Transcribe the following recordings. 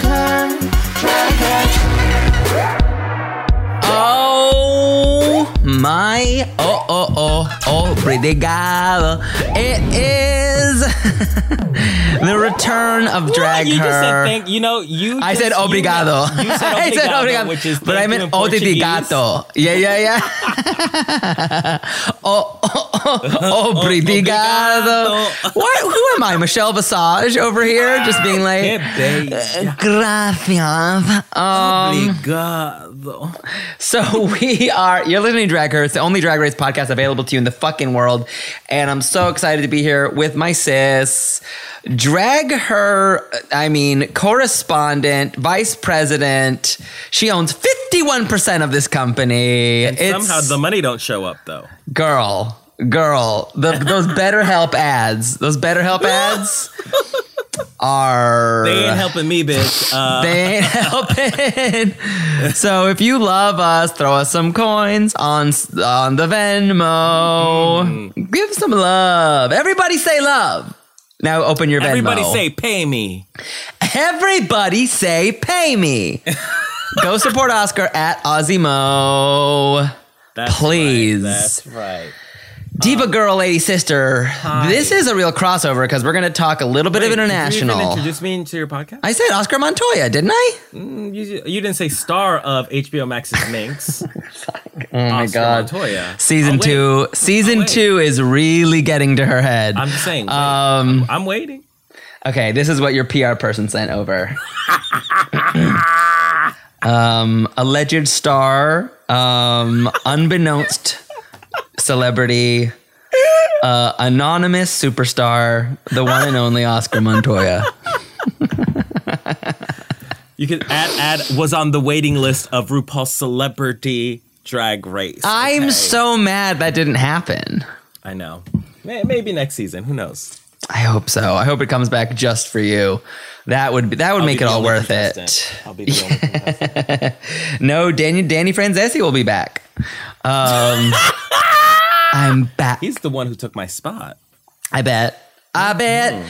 her. Drag her. Oh my, oh, oh, oh, oh, pretty girl. It is the return of Drag you Her. just said thank you know you I just- said you- obrigado. You, said obrigado, I said obrigado, which is but I thank you meant in Portuguese. obrigado. Yeah, yeah, yeah. oh, oh, oh, obrigado. Obrigado. what? Who am I, Michelle Visage over here, just being like, Yeah, eh, babe. gracias. Oh, Um, Obrigado. so we are. You're listening to Drag Race. It's the only Drag Race podcast available to you in the fucking world, and I'm so excited to be here with my sis, drag her. I mean, correspondent, vice president. She owns 51 percent of this company. It's- Somehow the money don't show up though. girl, girl. The, those BetterHelp ads. Those BetterHelp ads are They ain't helping me, bitch. Uh, they ain't helping. so if you love us, throw us some coins on on the Venmo. Mm-hmm. Give some love. Everybody say love. Now open your Venmo. everybody say pay me. Everybody say pay me. Go support Oscar at Ozzymo. That's Please. Right, that's right. Diva Uh, girl, lady sister. This is a real crossover because we're going to talk a little bit of Did you even international. introduce me into your podcast. I said Oscar Montoya, didn't I? you, you didn't say star of HBO Max's Minx. Oh my Oscar god. Montoya. Season Oh, wait. two. Season wait. two is really getting to her head. I'm just saying. wait. Um, I'm waiting. okay, this is what your PR person sent over. um, alleged star, um, unbeknownst celebrity, uh, anonymous superstar, the one and only Oscar Montoya. You could add add was on the waiting list of RuPaul's Celebrity Drag Race. I'm okay? so mad that didn't happen. I know. May- Maybe next season. Who knows? I hope so. I hope it comes back just for you. That would be, that would I'll make be it the all only worth it. contestant. I'll be the only contestant. No, Danny Danny Franzesi will be back. Um, I'm back. He's the one who took my spot. I bet. I bet.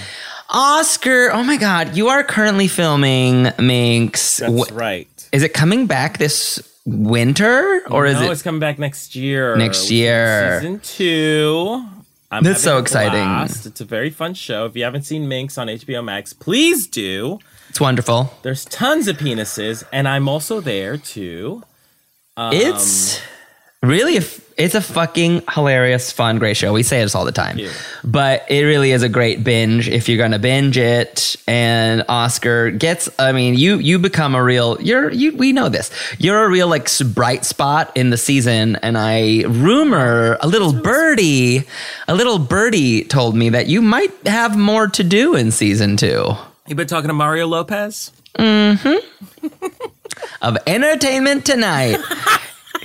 Oscar, oh my God, you are currently filming Minx. That's Wh- right. Is it coming back this winter or is no, it? it's coming back next year. Next We've year. got Season two. I'm That's so having a exciting. blast. It's a very fun show. If you haven't seen Minx on HBO Max, please do. It's wonderful. There's tons of penises, and I'm also there too. it's really a f- it's a fucking hilarious, fun, great show. We say this all the time, you. but it really is a great binge if you're gonna binge it. And Oscar gets, I mean, you you become a real you're you we know this. You're a real like s- bright spot in the season. And I rumor a little birdie, a little birdie told me that you might have more to do in season two You been talking to Mario Lopez? of Entertainment Tonight.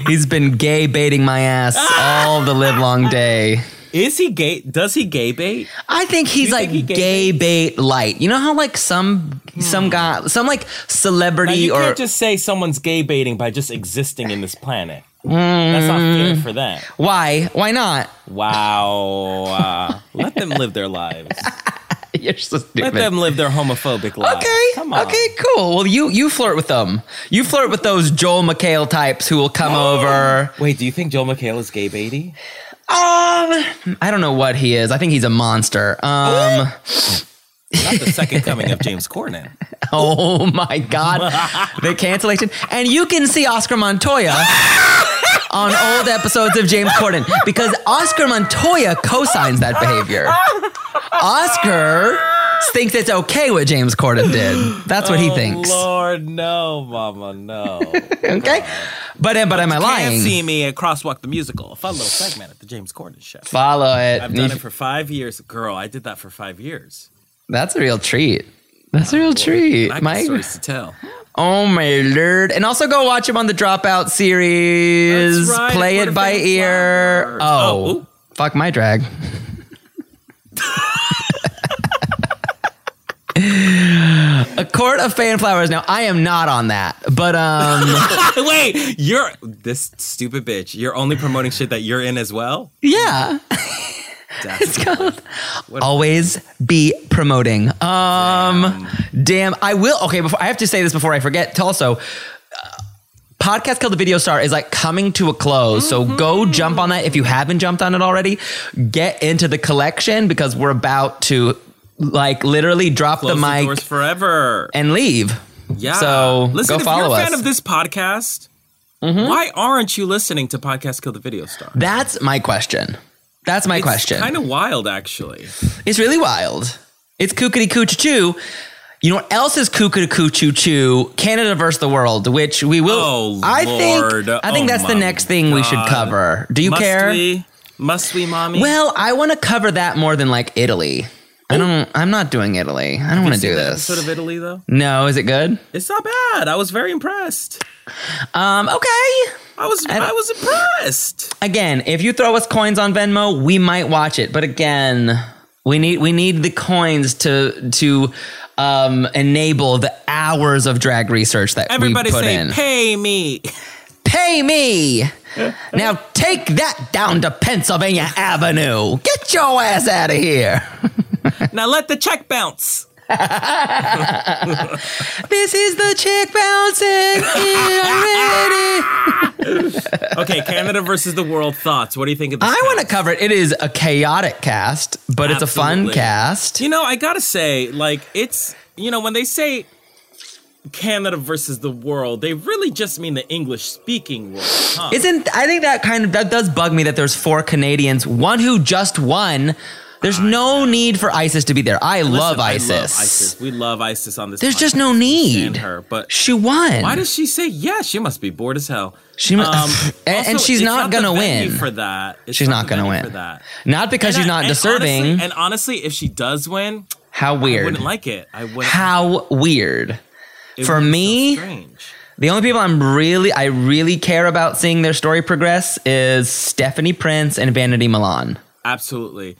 He's been gay baiting my ass all the live long day. Is he gay? Does he gay bait? I think he's You like think he gay gay bait light. You know how like some some guy, some like Now, celebrity you or can't just say someone's gay baiting by just existing in this planet. That's not Mm. fair for them. why? Why not? Wow. Uh, let them live their lives. You're so Let stupid. them live their homophobic lives. okay. Come on. Okay. Cool. Well, you you flirt with them. You flirt with those Joel McHale types who will come over. Wait, do you think Joel McHale is gay baiting? Um, I don't know what he is. I think he's a monster. Um. Not the second coming of James Corden. Oh my God. the cancellation. And you can see Oscar Montoya on old episodes of James Corden because Oscar Montoya co-signs that behavior. Oscar thinks it's okay what James Corden did. That's what he thinks. Oh, Lord, no, Mama, no. Okay, but uh, but am I Can't see lying? me at Crosswalk the Musical, a fun little segment at the James Corden show. Follow it. I've done it for five years. Girl, I did that for five years. That's a real treat. That's a real treat. I got Mike. stories to tell. Oh my lord! And also go watch him on the Dropout series. That's right, Play What it a by Fake ear. Flowers. Oh, Oh, ooh. fuck my drag. A court of fan flowers. Now I am not on that, but um, Wait, you're this stupid bitch. You're only promoting shit that you're in as well. yeah, That's always be promoting. Um, damn, I will. Okay, before I have to say this before I forget. Also, podcast killed the video star is like coming to a close so go jump on that if you haven't jumped on it already get into the collection because we're about to like literally drop close the the mic doors forever. and leave Yeah. so listen, go if follow you're a us Mm-hmm. fan of this podcast, why aren't you listening to Podcast Kill the Video Star? that's my question that's my question Kind of wild, actually. It's really wild. It's kookity coo choo. You know what else is kookity coo choo choo? Canada versus the world, which we will. Oh, I Lord. think I think Oh, that's the my next thing we should God. cover. Do you Must care? we? Must we, mommy? Well, I want to cover that more than like Italy. I don't. I'm not doing Italy. I don't want to do this. episode of Italy though, no, is it good? it's not bad. I was very impressed. Um, okay. I was I, was impressed. Again, if you throw us coins on Venmo, we might watch it. But again, we need we need the coins to to um, enable the hours of drag research that Everybody we put say, in. "Pay me." pay me. now take that down to Pennsylvania Avenue. Get your ass out of here. now let the check bounce. This is the chick bouncing already. Okay, Canada versus the world thoughts. What do you think of this? I want to cast? cover it. It is a chaotic cast, but it's a fun Absolutely. cast. You know, I gotta say, like, it's you know, when they say Canada versus the world, they really just mean the English speaking world. Huh? Isn't I think that kind of that does bug me that there's four Canadians, one who just won. There's no need for ISIS to be there. I Listen, love I ISIS. ISIS. We love ISIS on this. There's just podcast. no I understand need. her, but She won. why does she say yeah? She must be bored as hell. Um, She mu- and- and she's it's not the gonna venue win. for that. It's she's not the gonna venue win? for that. Not because she's And I- not and deserving. honestly- and honestly, if she does win, How I weird. wouldn't like it. I wouldn't. How weird. it for would be me, so strange. The only people I'm really, I really care about seeing their story progress is Stephanie Prince and Vanity Milan. Absolutely.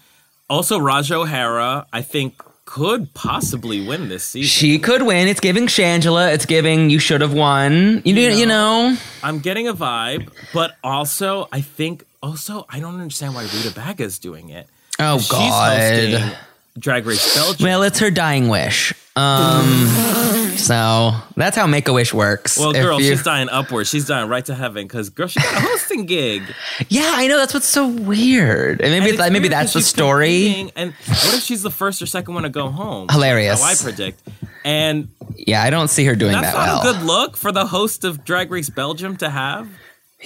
Also, Raj O'Hara, I think, could possibly win this season. She could win. It's giving Shangela. It's giving you should have won. You, you, know. you know. I'm getting a vibe, but also, I think, also, I don't understand why Rita Baga is doing it. Oh She's hosting God. Drag Race Belgium. Well, it's her dying wish. Um, so that's how Make a Wish works. Well, If girl, you- she's dying upward. She's dying right to heaven because, girl, she got a hosting gig. yeah, I know. That's what's so weird. And maybe And it's like- maybe weird 'cause that's the she's story. competing, And what if she's the first or second one to go home? Hilarious. How I predict. And Yeah, I don't see her doing that's that not well. a good look for the host of Drag Race Belgium to have.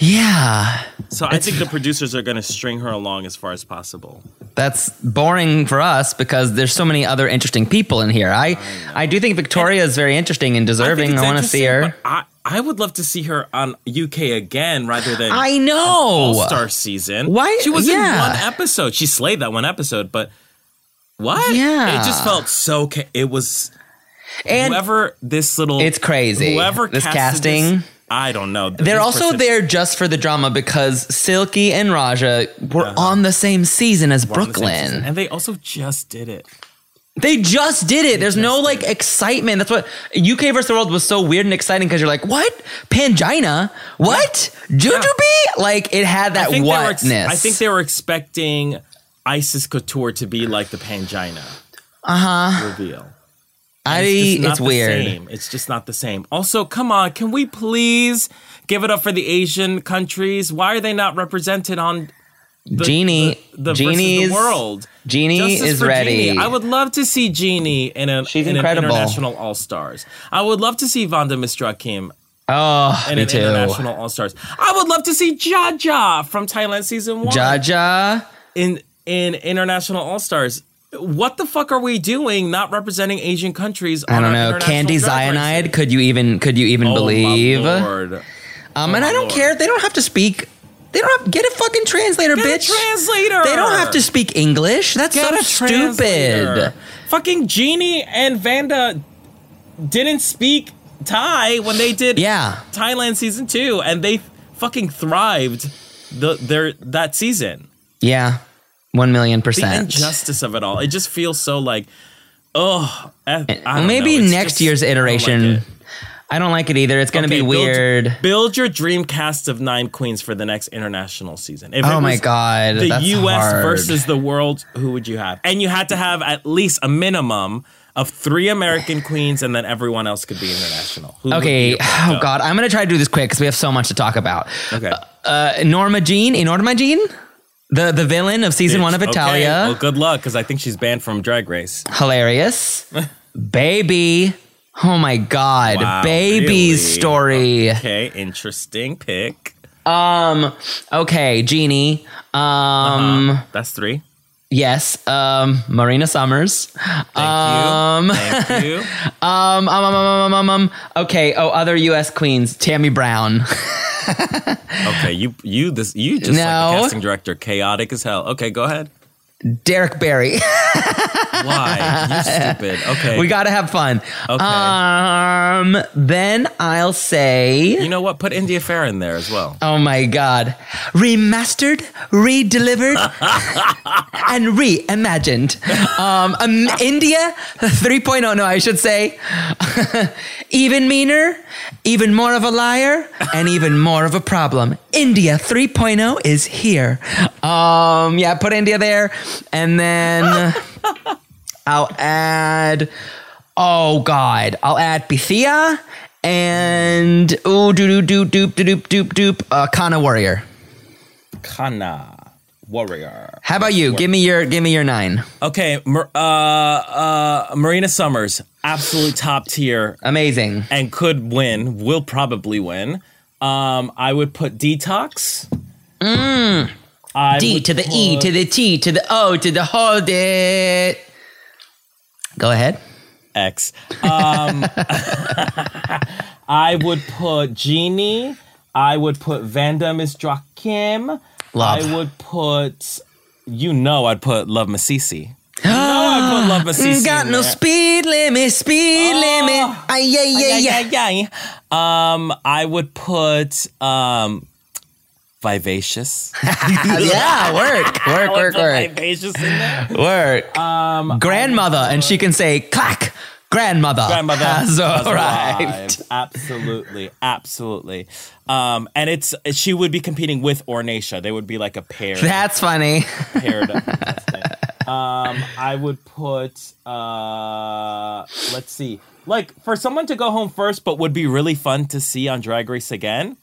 yeah, So I think the producers are going to string her along as far as possible. that's boring for us because there's so many other interesting people in here. I I, do think Victoria is very interesting and deserving. I, it's want to see her. interesting, but I, I would love to see her on UK again rather than I know. All Star season. Why- She was yeah. in one episode. She slayed that one episode, but what? Yeah. It just felt so. Ca- it was And whoever this little. It's crazy. Whoever This casted this- casting. I don't know. they're also there just for the drama because Silky and Raja were Uh-huh. on the same season as Brooklyn. and they also just did it. They just did it. There's no like excitement. That's what UK versus the world was so weird and exciting because you're like, what? Pangina? What? Jujubee? Like it had that they were ex- whatness. I think they were expecting Isis Couture to be like the Pangina. Uh Uh-huh. huh. Reveal. I, just not E, it's the weird. same. It's just not the same. Also, come on, can we please give it up for the Asian countries? Why are they not represented on the, Genie, the, the, versus Genie's the world? Genie Justice is for ready. Genie. I would love to see Genie in, a, She's in an incredible. international All Stars. I would love to see Vanda Miss Joaquim Oh, and me an too. international all stars. I would love to see Jaja from Thailand season one Jaja. in in international all stars. What the fuck are we doing? Not representing Asian countries? I on don't our know. international Candy drag races? cyanide. Could you even? Could you even Oh, my believe? Lord. Um, and my I don't Lord. care. They don't have to speak. They don't have, get a fucking translator, Get a bitch. translator. They don't have to speak English. That's Get a so translator. stupid. Fucking Jeannie and Vanda didn't speak Thai when they did Yeah. Thailand season two, and they fucking thrived the their that season. Yeah. One million The percent. injustice of it all. It just feels so like, oh, I, I don't Maybe know. It's next year's just- I don't like iteration. it. I don't like it either. It's gonna Okay, be build- weird. Build, your dream cast of nine queens for the next international season. If oh it my was god. The that's U.S. hard. versus the world. Who would you have? And you had to have at least a minimum of three American queens, and then everyone else could be international. Who would be Okay. your pick, Oh though? god. I'm gonna try to do this quick because we have so much to talk about. Okay. Uh, Norma Jean. eh, Norma Jean. The the villain of season one of Okay, Italia. Well, good luck, because I think she's banned from Drag Race. hilarious. Baby. Oh my God. Wow, Baby's really? story. Okay, interesting pick. Um, okay, Jeannie. Um, That's three. yes. Um, Marina Summers. Thank you. Thank you. Um, um, um, um, um, um, um, okay. Oh, other U.S. queens. Tammy Brown. Okay, you you this you just like No. the casting director, chaotic as hell. Okay, go ahead. Derek Barry. Why? You stupid. Okay. we gotta have fun. Okay. Um, then I'll say. you know what? Put India Fair in there as well. Oh my God. Remastered, redelivered, and reimagined. Um, um, India 3.0. No, I should say even meaner, even more of a liar, and even more of a problem. India 3.0 is here. Um, yeah, put India there. And then I'll add, oh God, I'll add Bethia and, oh, doo doo doo doop doop doop doop, uh, Kana Warrior. Kana Warrior. How about you? Give me your give me your nine. Okay, Mar- uh, uh, Marina Summers, absolute top tier, Amazing. and could win. Will probably win. Um, I would put Detox. I Mm. D would to the E put- to the T to the O to the hold it. Go ahead. X. Um, I would put Jeannie. I would put Vanda Miss Joaquim. Love. I would put, you know, I'd put Love Masisi. You know, I'd put Love Masisi. Mm, Got in no there. speed limit, speed limit. Oh. Ay, yeah, yeah, yeah. yeah, yeah, yeah. Um, I would put um, vivacious. Yeah, work, work, work, work, Vivacious in there. work. Um, grandmother, and she can say clack. Grandmother, Grandmother has has arrived. arrived. Absolutely, absolutely. Um, and it's she would be competing with Ornacia. They would be like a pair. That's funny. paired up contestant. Um, I would put uh, let's see, like for someone to go home first, but would be really fun to see on Drag Race again.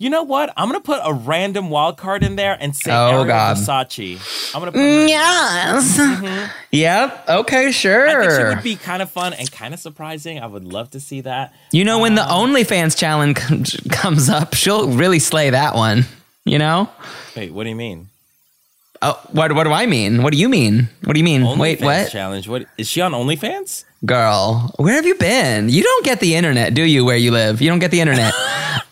You know what? I'm gonna put a random wild card in there and say Oh, Ariel God. Versace. I'm gonna put. Yes. Mm-hmm. Yep. Okay. I Sure. think she would be kind of fun and kind of surprising. I would love to see that. You know, when the um, OnlyFans challenge comes- comes up, she'll really slay that one. You know? Wait, what do you mean? Oh, what, what do I mean? What do you mean? What do you mean? Wait, OnlyFans what? challenge? What is she on OnlyFans? Girl, where have you been? You don't get the internet, do you, where you live? You don't get the internet.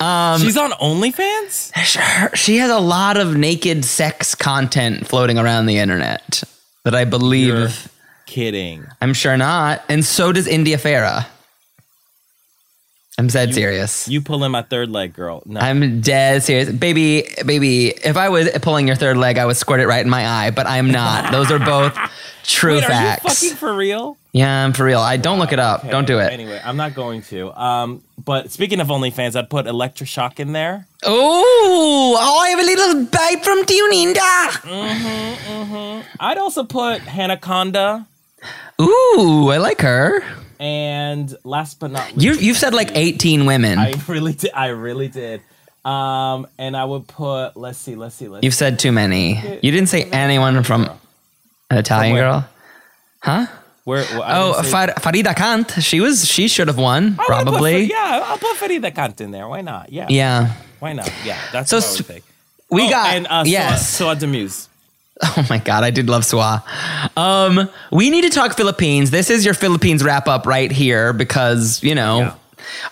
Um, She's on OnlyFans. Her- she has a lot of naked sex content floating around the internet that I believe. You're kidding. I'm sure not. And so does India Farah. I'm dead serious. You pulling my third leg, girl. No. I'm dead serious. Baby, baby, if I was pulling your third leg, I would squirt it right in my eye, but I'm not. Those are both true Wait, are you facts. fucking for real? yeah, I'm for real. I don't look it up. Don't do it. Anyway, I'm not going to. Um, but speaking of OnlyFans, I'd put Electroshock in there. Oh, oh, I have a little bite from Mm. Tuninda. I'd also put Hanaconda. Ooh, I like her. And last but not least, You, you've said like 18 women. I really did. I really did. Um, and I would put. Let's see. Let's see. Let's. you've said too many. You didn't say anyone from an Italian where? girl. Where? where I Oh, didn't say- Oh, Far- Farida Kant. She was. She should have won. I wanna put probably. Fa- yeah, I'll put Farida Kant in there. Why not? Yeah. Yeah. Why not? Yeah. That's So what I would s- pick. We Oh, got and uh, yes. Saw, Saw Demuse. Oh my god, I did love Swa. Um, we need to talk Philippines. This is your Philippines wrap up right here because you know Yeah.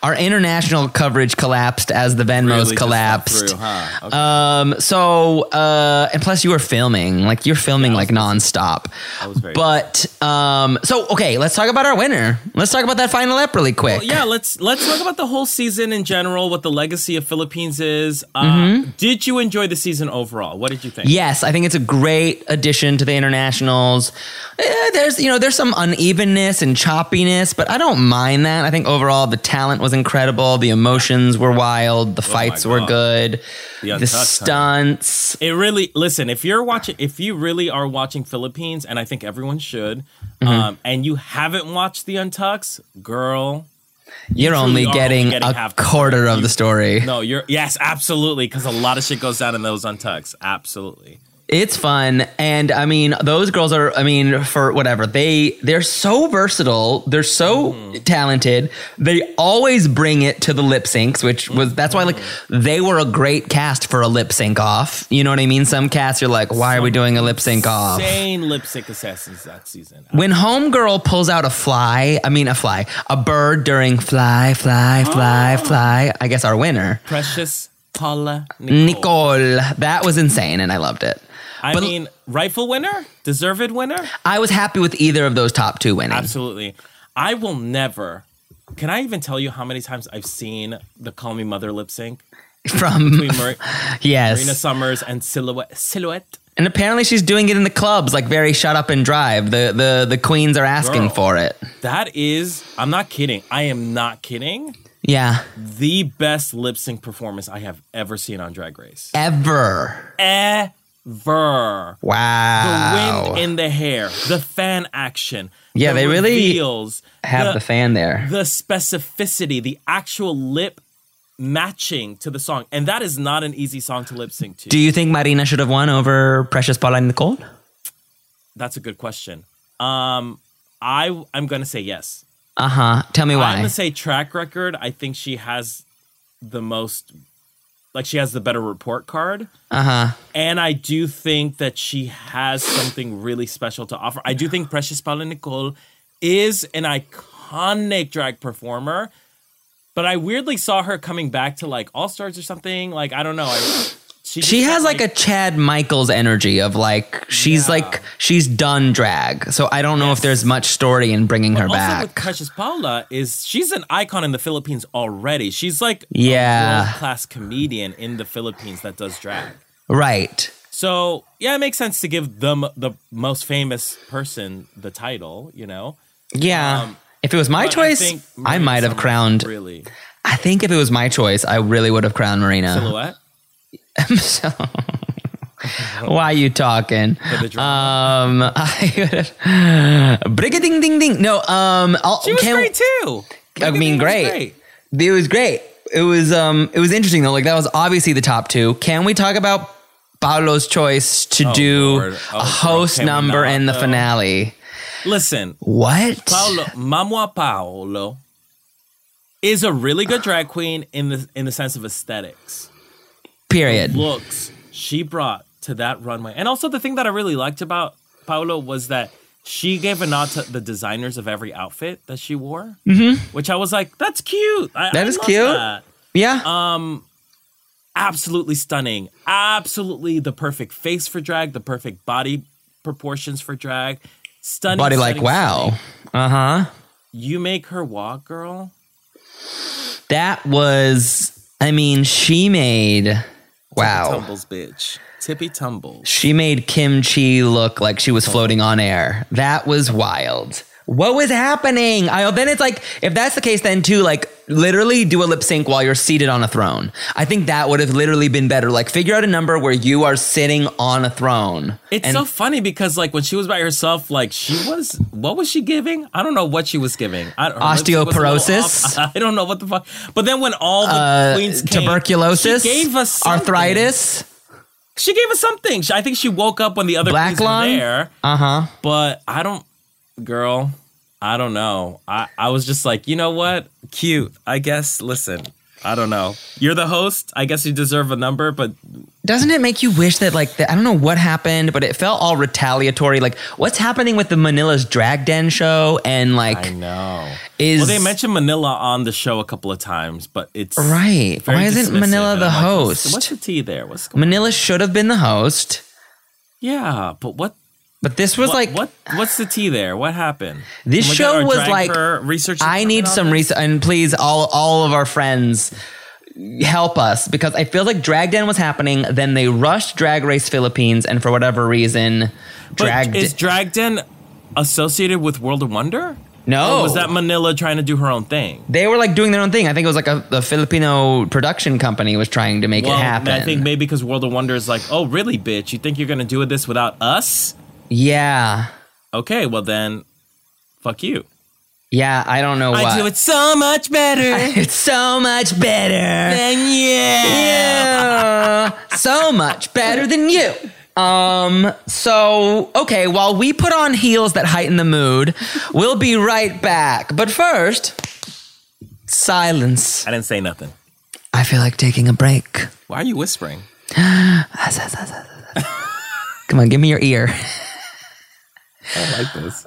our international coverage collapsed as the Venmos Really just fell collapsed. through, huh? Okay. Um, so uh, and plus you were filming, like you're filming like nonstop. was very but um, so okay, let's talk about our winner. Let's talk about that final ep really quick. yeah, let's let's talk about the whole season in general. What the legacy of Philippines is. Uh, Did you enjoy the season overall? What did you think? Yes, I think it's a great addition to the internationals. Eh, there's you know there's some unevenness and choppiness, but I don't mind that. I think overall the talent was incredible, the emotions were wild, the fights were Oh God. good, The the, Untouched, huh? stunts. It really listen if you're watching if you really are watching Philippines and I think everyone should um, and you haven't watched the Untucks girl You're only are getting, only getting a half the quarter of the story. no you're yes absolutely because a lot of shit goes down in those Untucks absolutely It's fun, and I mean, those girls are. I mean, for whatever they they're so versatile, they're so talented. They always bring it to the lip syncs, which was that's why like they were a great cast for a lip sync off. You know what I mean? Some casts you're like, why are we doing a lip sync off? insane lip sync assassins that season When Homegirl pulls out a fly, I mean a fly, a bird during fly, fly, fly, fly. I guess our winner, Precious Paula Nicole, Nicole. That was insane, and I loved it. I but- mean rightful winner deserved winner I was happy with either of those top two winning. Absolutely. I will never. Can I even tell you how many times I've seen the "Call Me Mother" lip sync From between Mar- yes, Marina Summers and Silhouette? Silhouette. And apparently she's doing it in the clubs, like very shut up and drive. The the the queens are asking Girl. for it. That is. I'm not kidding. I am not kidding. Yeah. The best lip sync performance I have ever seen on Drag Race. Ever. Ever. The Wow. wind in the hair, the fan action. Yeah, the they really reveals, Have the fan there. the specificity, the actual lip matching to the song, and that is not an easy song to lip sync to. Do you think Marina should have won over Precious Paula and Nicole? That's a good question. Um, I I'm gonna say yes. Uh huh. Tell me I'm why. gonna say track record. I think she has the most, like she has the better report card, Uh huh. and I do think that she has something really special to offer. I do think Precious Paula Nicole is an iconic drag performer. But I weirdly saw her coming back to like All Stars or something. Like I don't know. I, She just has felt like a Chad Michaels energy of like she's like she's done drag. So I don't know if there's much story in bringing her also with back. Precious Paula is she's an icon in the Philippines already. She's like Yeah. a class comedian in the Philippines that does drag. right. So yeah, it makes sense to give them the most famous person the title. You know, Yeah. Um, if it was my But I choice, think I, Marina might have Summers crowned. really I think if it was my choice, I really would have crowned Marina. silhouette. So, why you talking? the drama. Um, Brigga ding ding ding. No, um, I'll, She was can- great I too. Look at mean, me, that was great. It was great. It was um, it was interesting though. Like that was obviously the top two. Can we talk about Paolo's choice to do Lord. Oh, a girl, host can we number not, in the though? finale? Listen, What? Paolo, Mamua Paolo is a really good drag queen in the in the sense of aesthetics. Period. looks she brought to that runway. And also the thing that I really liked about Paolo was that she gave a nod to the designers of every outfit that she wore, mm-hmm. which I was like, that's cute. I, That I is love cute. that. Yeah. um, Absolutely stunning. Absolutely the perfect face for drag, the perfect body proportions for drag. Stunning. Body like stunning, wow. stunning. Uh huh. You make her walk, girl. That was. I mean, she made. Wow. Tippy tumbles, bitch. Tippy tumbles. She made Kim Chi look like she was floating on air. That was wild. What was happening? I then it's like if that's the case, then too, like literally do a lip sync while you're seated on a throne. I think that would have literally been better. Like figure out a number where you are sitting on a throne. It's And- so funny because like when she was by herself, like she was what was she giving? I don't know what she was giving. I, her lipstick was a little Osteoporosis? Uh, off. I don't know what the fuck. But then when all the queens came, tuberculosis, she gave us something. arthritis. She gave us something. She- I think she woke up when the other Black queens were lung? there. Uh huh. But I don't, girl. I don't know. I, I was just like, you know what? Cute. I guess, listen, I don't know. You're the host. I guess you deserve a number, but Doesn't it make you wish that like the, I don't know what happened, but it felt all retaliatory. Like what's happening with the Manila's Drag Den show and I like know. is Well, they mentioned Manila on the show a couple of times, but it's. right? very Why isn't dismissive, Manila and the I'm like, host? What's, what's the tea there? What's going Manila should have been the host, Yeah, but what? but this was what, like what? What's the tea there? What happened? This Oh my show God, our was drag like, her research. is I coming need on some this? research, and please, all all of our friends, help us because I feel like Drag Den was happening. Then they rushed Drag Race Philippines, and for whatever reason, But Drag is Den. Drag Den associated with World of Wonder? No, Or was that Manila trying to do her own thing? they were like doing their own thing. I think it was like a, a Filipino production company was trying to make Well, it happen. I think maybe because World of Wonder is like, oh, really, bitch? You think you're gonna do this without us? yeah, Okay, well then, fuck you. yeah. I don't know what. I do it so much better It's so much better. than you. Yeah. so much better than you. Um, so okay, while we put on heels that heighten the mood, we'll be right back. But first, silence. I didn't say nothing. I feel like taking a break. Why are you whispering? Come on, give me your ear. I like this.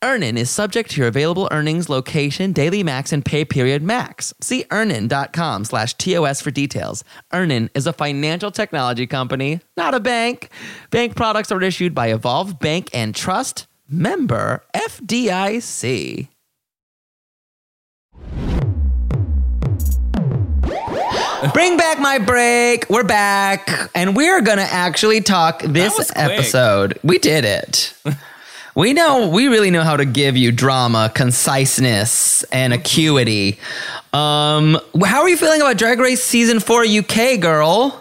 Earnin is subject to your available earnings, location, daily max, and pay period max. See earnin.com slash TOS for details. Earnin is a financial technology company, not a bank. Bank products are issued by Evolve Bank and Trust, member FDIC. Bring back my break. We're back. And we're going to actually talk this was quick. episode. We did it. We know we really know how to give you drama, conciseness, and acuity. Um, how are you feeling about Drag Race season four UK girl?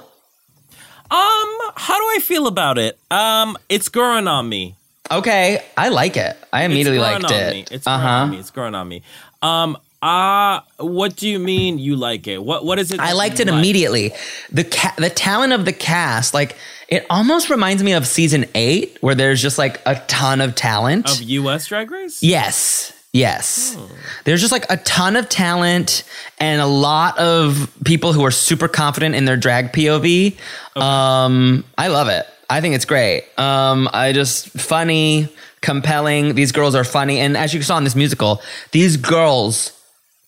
Um, how do I feel about it? Um, it's growing on me. Okay, I like it. I immediately it's growing liked on it. Uh-huh. Me. It's growing on me. It's growing on me. Um, ah, what do you mean you like it? What what is it? I that liked you it like? immediately. The ca- the talent of the cast, like it almost reminds me of season eight, where there's just like a ton of talent. of U.S. Drag Race. yes, yes. There's just like a ton of talent and a lot of people who are super confident in their drag POV. Um, I love it. I think it's great. Um, I just funny, compelling. These girls are funny, and as you saw in this musical, these girls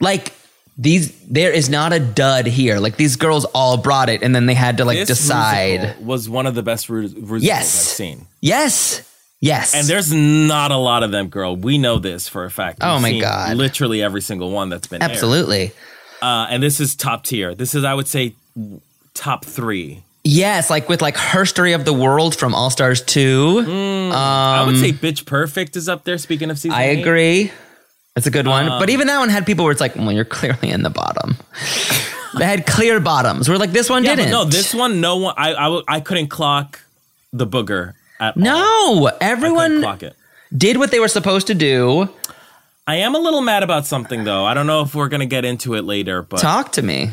like these there is not a dud here like these girls all brought it and then they had to like This decide musical was one of the best ru- musicals Yes. I've seen. yes yes And there's not a lot of them, girl. We know this for a fact. Oh We've my seen God. Literally every single one that's been aired. absolutely Uh, and this is top tier. This is, I would say, top three. yes like with like her story of the world from all stars 2 I would say Bitch Perfect is up there. Speaking of season, Um, i eight. agree it's a good one Um. but even that one had people where it's like well you're clearly in the bottom they had clear bottoms we're like this one Yeah, but didn't no, this one, no one. I, I, w- I couldn't clock the booger at all. no I couldn't everyone clock it. did what they were supposed to do I am a little mad about something though. I don't know if we're gonna get into it later, but talk to me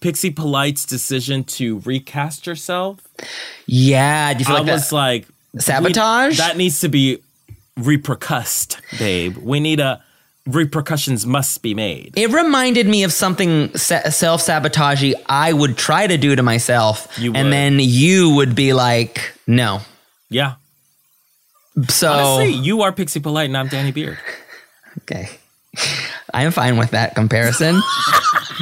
Pixie Polite's decision to recast herself, yeah do you feel I like that was like Sabotage? we- that needs to be repercussed, babe. We need a repercussions must be made. It reminded me of something self sabotagey I would try to do to myself, You and would. then you would be like, "No." Yeah. So Honestly, you are Pixie Polite and I'm Danny Beard. okay, I'm fine with that comparison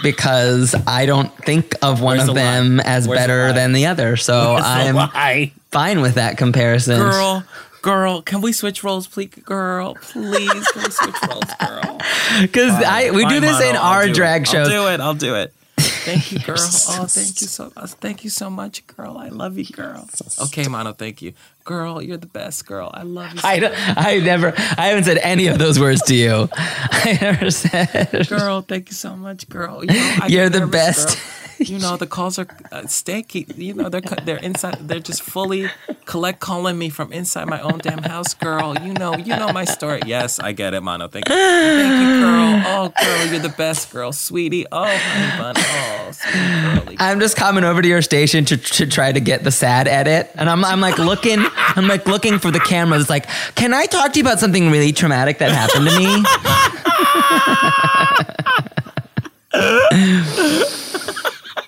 because I don't think of one Where's of the lie? them as Where's the better lie? than the other. So I'm Why? fine with that comparison. Girl, girl, can we switch roles, please? Girl, please, can we switch roles, girl? because I we do Fine, this Mono, in I'll our do it. drag shows. I'll do it. I'll do it. Thank you, girl. Oh, thank you so much. Thank you so much, girl. I love you, girl. Okay, Mono, thank you. Girl, you're the best girl. I love you. so I don't, I never I haven't said any of those words to you. I never said girl. Thank you so much, girl. You know, I get You're the nervous, best. girl. You know the calls are uh, stanky. You know they're co- they're inside. They're just fully collect calling me from inside my own damn house, girl. You know you know my story. Yes, I get it, Mono. Thank you, thank you, girl. Oh, girl, you're the best, girl, sweetie. Oh, honey bun. Oh, sweetie girlie. I'm just coming over to your station to, to try to get the sad edit, and I'm I'm like looking, I'm like looking for the cameras. It's like, can I talk to you about something really traumatic that happened to me?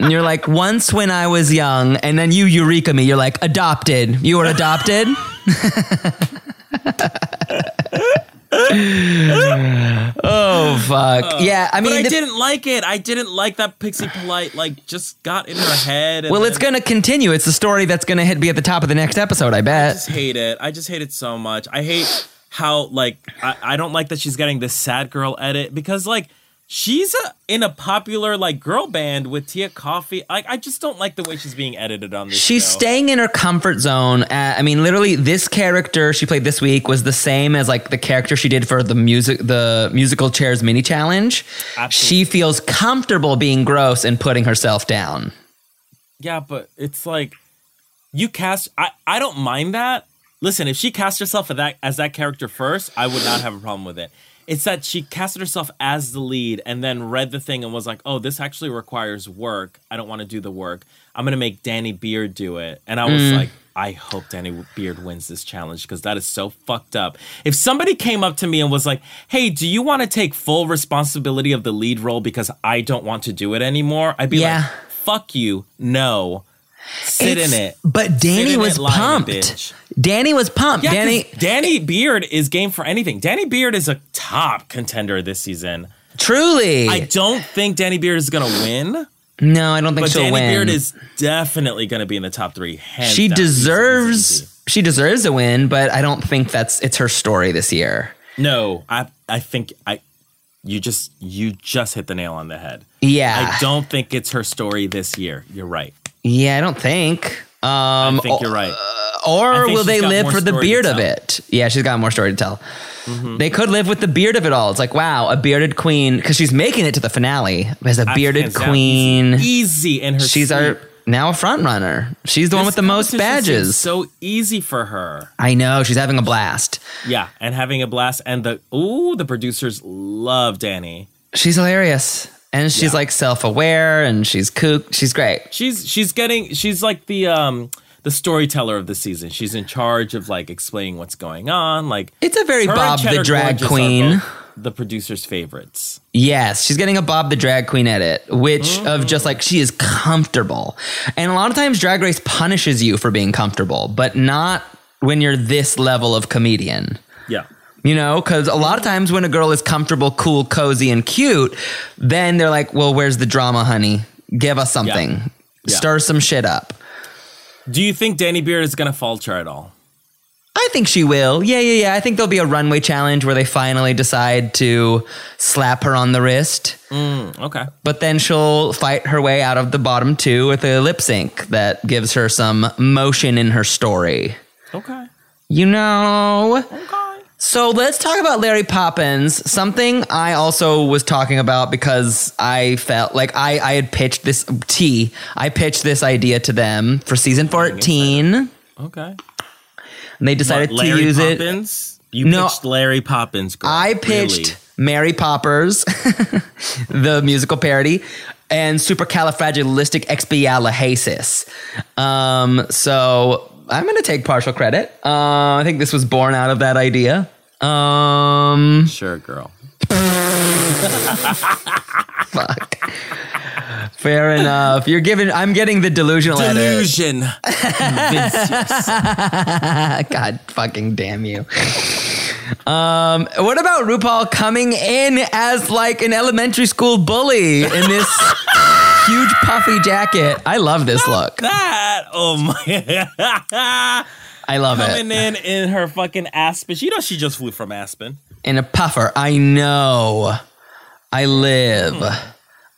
and you're like, once when I was young, and then you eureka me. You're like, adopted. You were adopted. oh fuck! Yeah, I mean, Uh, But I the- didn't like it. I didn't like that Pixie Polite like just got in her head. And Well, it's then- going to continue. It's the story that's going to hit be at the top of the next episode, I I bet. just hate it. I just hate it so much. I hate how like I, I don't like that she's getting this sad girl edit because like she's a, in a popular like girl band with Tia Coffee. Like I just don't like the way she's being edited on this. She's show. staying in her comfort zone. Uh, I mean, literally, this character she played this week was the same as like the character she did for the music, the musical chairs mini challenge. She Absolutely. feels comfortable being gross and putting herself down. Yeah, but it's like you cast. I I don't mind that. Listen, if she cast herself as that as that character first, I would not have a problem with it. It's that she casted herself as the lead and then read the thing and was like, "Oh, this actually requires work. I don't want to do the work. I'm gonna make Danny Beard do it." And I was Mm. like, "I hope Danny Beard wins this challenge because that is so fucked up." If somebody came up to me and was like, "Hey, do you want to take full responsibility of the lead role because I don't want to do it anymore?" I'd be Yeah. like, "Fuck you, no." sit It's- in it. But Sit Danny in was it, lying bitch. pumped. Danny was pumped. Yeah, Danny, Danny Danny Beard is game for anything. Danny Beard is a top contender this season. truly. I don't think Danny Beard is gonna win, no, I don't think but she'll Danny win. Beard is definitely gonna be in the top three. hands she down, easy, easy, easy. deserves she deserves a win, but I don't think that's it's her story this year. No, I I think I you just you just hit the nail on the head. Yeah. I don't think it's her story this year. You're right. Yeah, I don't think. Um, I think you're right. Or think will she's they got live more for the story to beard of tell. Mm-hmm. it? Yeah, she's got more story to tell. They could live with the beard of it all. It's like, wow, a bearded queen, because she's making it to the finale as a That's bearded hands down queen. easy, easy in her. She's our seat. now a front runner. She's the one This with the most competition seems badges. So easy for her. I know she's having a blast. Yeah, and having a blast. And the ooh, the producers love Danny. She's hilarious, and she's like self-aware, and she's kook. She's great. She's she's getting she's like the um the storyteller of the season. She's in charge of like explaining what's going on. Like It's a very her and Bob the Cheddar drag Gorgeous are queen. both the producers' favorites. Yes, she's getting a Bob the Drag Queen edit, which of just like she is comfortable. And a lot of times Drag Race punishes you for being comfortable, but not when you're this level of comedian. Yeah. You know, because a lot of times when a girl is comfortable, cool, cozy, and cute, then they're like, well, where's the drama, honey? Give us something, Yeah. stir some shit up. Do you think Danny Beard is gonna falter at all? I think she will. Yeah, yeah, yeah. I think there'll be a runway challenge where they finally decide to slap her on the wrist. Okay. but then she'll fight her way out of the bottom two with a lip sync that gives her some motion in her story. Okay. You know? Okay. So let's talk about Larry Poppins. Something I also was talking about because I felt like I, I had pitched this T. I pitched this idea to them for season 14. And Okay. they decided Larry to use it. Poppins? You No. pitched Larry Poppins. Girl. I pitched Really? Mary Poppers, the musical parody, and Supercalifragilisticexpialidocious. Um, so I'm going to take partial credit. Uh, I think this was born out of that idea. Um, Sure, girl. fuck. Fair enough. You're giving. I'm getting the delusional edit. Delusion. God fucking damn you. Um, what about RuPaul coming in as like an elementary school bully in this huge puffy jacket? I love this look. that. Oh my. I love Coming it. in in her fucking Aspen. You know she just flew from Aspen. In a puffer. I know. I live.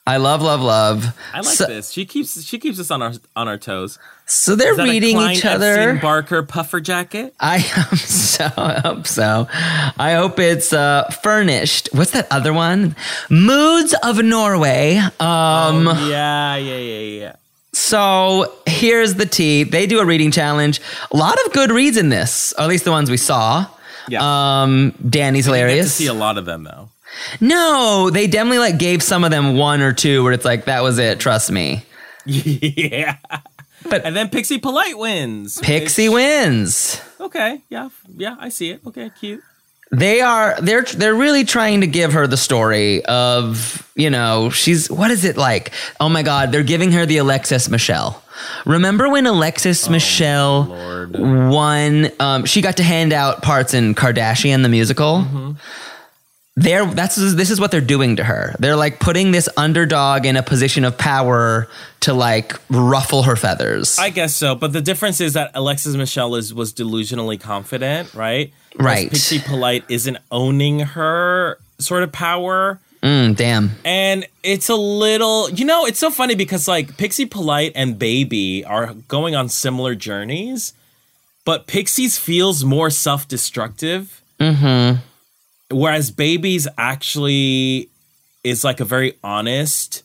I love, love, love. I like so, this. She keeps she keeps us on our on our toes. So they're Is that a reading Klein each Epstein other. Barker puffer jacket. I hope so. I hope so. I hope it's uh, furnished. What's that other one? Moods of Norway. Um, yeah, yeah, yeah, yeah. So here's the tea. They do a reading challenge. A lot of good reads in this, or at least the ones we saw. Yeah. Um, Danny's I get to hilarious. see a lot of them though. no, they definitely like gave some of them one or two where it's like that was it. Trust me. yeah. But- and then Pixie Polite wins. Pixie wins. Okay. Yeah. Yeah. I see it. Okay. Cute. They are they're they're really trying to give her the story of you know she's what is it like? Oh my God, they're giving her the Alexis Michelle. Remember when Oh, Alexis Michelle won? Um, she got to hand out parts in Kardashian the musical. Mm-hmm. They're that's this is what they're doing to her. They're like putting this underdog in a position of power to like ruffle her feathers. I guess so. But the difference is that Alexis Michelle is was delusionally confident, right? Whereas Right. Pixie Polite isn't owning her sort of power. Mm, damn. And it's a little, you know, it's so funny because like Pixie Polite and Baby are going on similar journeys, but Pixie's feels more self destructive. Mm-hmm. Whereas Baby's actually is like a very honest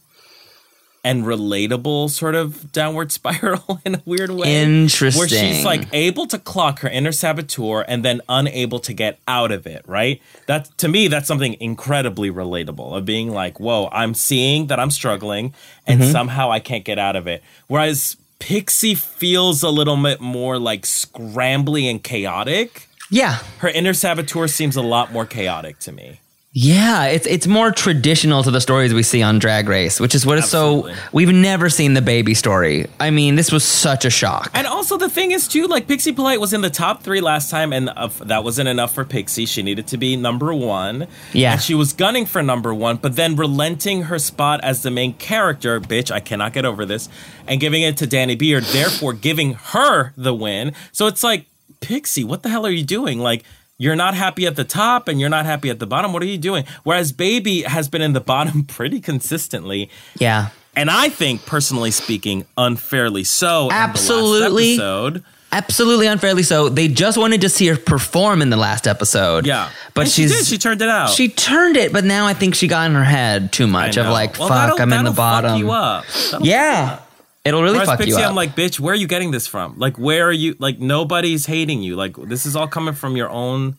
and relatable sort of downward spiral in a weird way. Interesting. Where she's like able to clock her inner saboteur and then unable to get out of it, right? That to me, that's something incredibly relatable of being like, whoa, I'm seeing that I'm struggling and somehow I can't get out of it. Whereas Pixie feels a little bit more like scrambly and chaotic. yeah. Her inner saboteur seems a lot more chaotic to me. Yeah, it's it's more traditional to the stories we see on Drag Race, which is what is Absolutely. so we've never seen the baby story. I mean, this was such a shock. And also the thing is too, like Pixie Polite was in the top three last time, and uh, that wasn't enough for Pixie. She needed to be number one. Yeah. and she was gunning for number one, but then relenting her spot as the main character, bitch. I cannot get over this, and giving it to Danny Beard, therefore giving her the win. So it's like Pixie, what the hell are you doing? Like. You're not happy at the top and you're not happy at the bottom. What are you doing? Whereas Baby has been in the bottom pretty consistently Yeah. and I think, personally speaking, unfairly so. in the last Absolutely. episode. absolutely unfairly so. They just wanted to see her perform in the last episode. Yeah. but And she she's did. She turned it out. She turned it, but now I think she got in her head too I much of know. like, Well, fuck, I'm that'll- in the that'll fuck bottom. you up. That'll Yeah, it'll really Whereas fuck Pixie, you up. I'm like, bitch, where are you getting this from? Like, where are you? Like, nobody's hating you. Like, this is all coming from your own.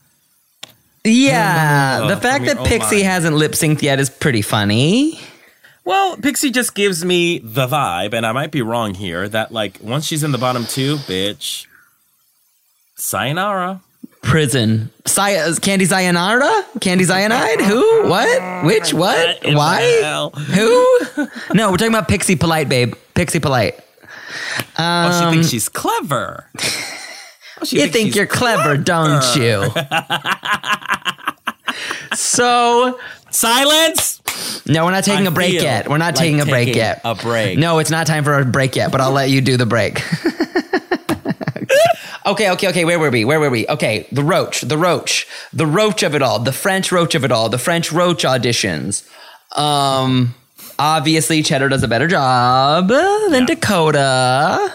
yeah, Oh, the from fact your that own Pixie mind. hasn't lip synced yet is pretty funny. Well, Pixie just gives me the vibe, and I might be wrong here, that, like, once she's in the bottom two, bitch, sayonara. Prison. Saya, Candy Zionara? Candy Zionide? Who? What? Which? What? in the Why? hell? Who? No, we're talking about Pixie Polite, babe. Pixie Polite. oh, she thinks she's clever. Oh, she Um, You, thinks think she's you're clever, don't you? so, Silence! no, we're not taking I a break feel yet. We're not like taking a break taking yet. a break. No, it's not time for a break yet, but I'll let you do the break. okay, okay, okay. Where were we? Where were we? Okay, the roach, the roach, the roach of it all, the French roach of it all, the French roach auditions. Um, obviously, Cheddar does a better job than Dakota.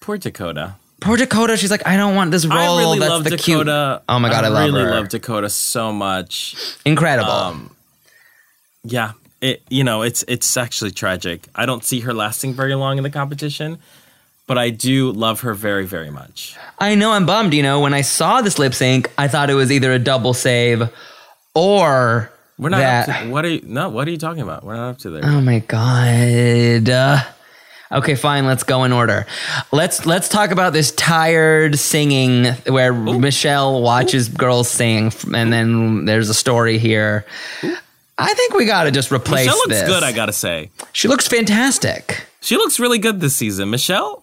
Poor Dakota. Poor Dakota, she's like, I don't want this role. I really That's love the Dakota. cute. Oh my god, I, love really Um, her. love Dakota so much. Incredible. Yeah, it you know it's it's actually tragic. I don't see her lasting very long in the competition, but I do love her very very much. I know I'm bummed. You know, when I saw this lip sync, I thought it was either a double save or We're not that. up to, what are you no what are you talking about? We're not up to there. Oh my god. Uh, okay, fine. Let's go in order. Let's let's talk about this tired singing where Michelle watches girls sing, f- and then there's a story here. I think we gotta just replace Michelle looks this. good, I gotta say. she looks fantastic. She looks really good this season. Michelle,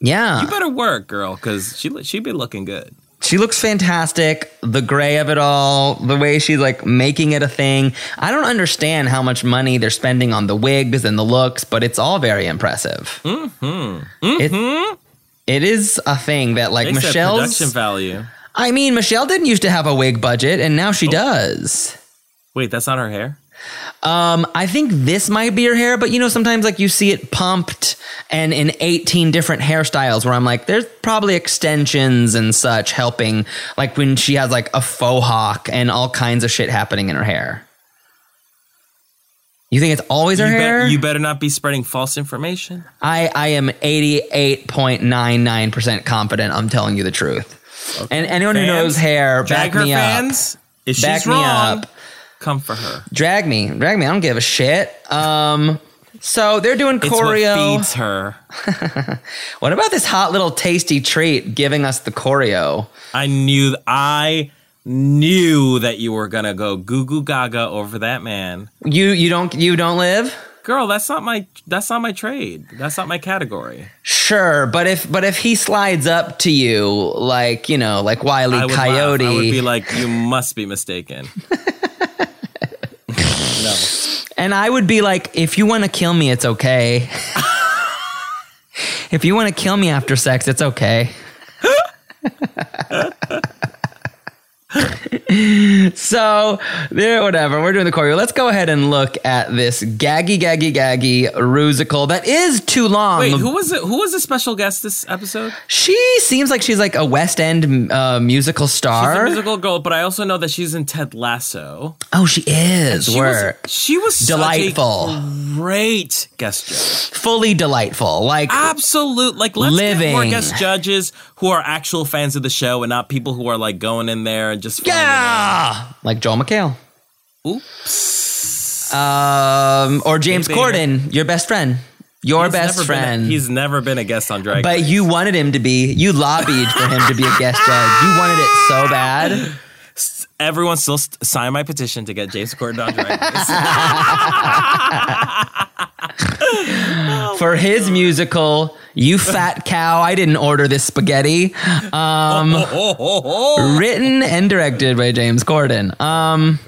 Yeah, you better work, girl, because she she be looking good. she looks fantastic. The gray of it all, the way she's like making it a thing. I don't understand how much money they're spending on the wigs and the looks, but it's all very impressive. Mm-hmm. It, it is a thing that like Mm-hmm. They said production Michelle's. value. I mean, Michelle didn't used to have a wig budget, and now she Oh. does. Wait, that's not her hair. Um, I think this might be her hair, but you know, sometimes like you see it pumped and in 18 different hairstyles where I'm like, there's probably extensions and such helping, like when she has like a faux hawk and all kinds of shit happening in her hair. You think it's always her you, bet- hair? you better not be spreading false information. I, I am 88.99% confident I'm telling you the truth. and anyone who Fans, knows hair, Drag back her me up. fans. If she's Back me wrong, up. come for her. Drag me, drag me. I don't give a shit. Um, so they're doing It's choreo. what feeds her. What about this hot little tasty treat giving us the choreo? I knew I knew that you were gonna go goo goo gaga over that man. You you don't you don't live? Girl, that's not my that's not my trade. That's not my category. Sure, but if but if he slides up to you like you know like Wiley I would laugh. Coyote, I would be like, you must be mistaken. no. and I would be like, if you want to kill me, it's okay. if you want to kill me after sex, it's okay. so there, whatever. We're doing the choreo. Let's go ahead and look at this gaggy, gaggy, gaggy rusical that is too long. Wait, who was it? Who was the special guest this episode? She seems like she's like a West End uh, musical She's a star. musical girl, but I also know that she's in Ted Lasso. oh, she is. She was, We're she was such a Delightful. great guest judge. fully delightful. Like Absolute, like let's get more Living. guest judges who are actual fans of the show and not people who are like going in there and just yeah, like Joel McHale finding out. Oops. um, or James Maybe. Corden, your best friend, your He's best never been a- friend. he's never been a guest on Drag. but Race. you wanted him to be. You lobbied for him to be a guest judge. You wanted it so bad. everyone still st- sign my petition to get James Corden on Drag Race. for his musical, you fat cow, I didn't order this spaghetti. Um, written and directed by James Corden. Um,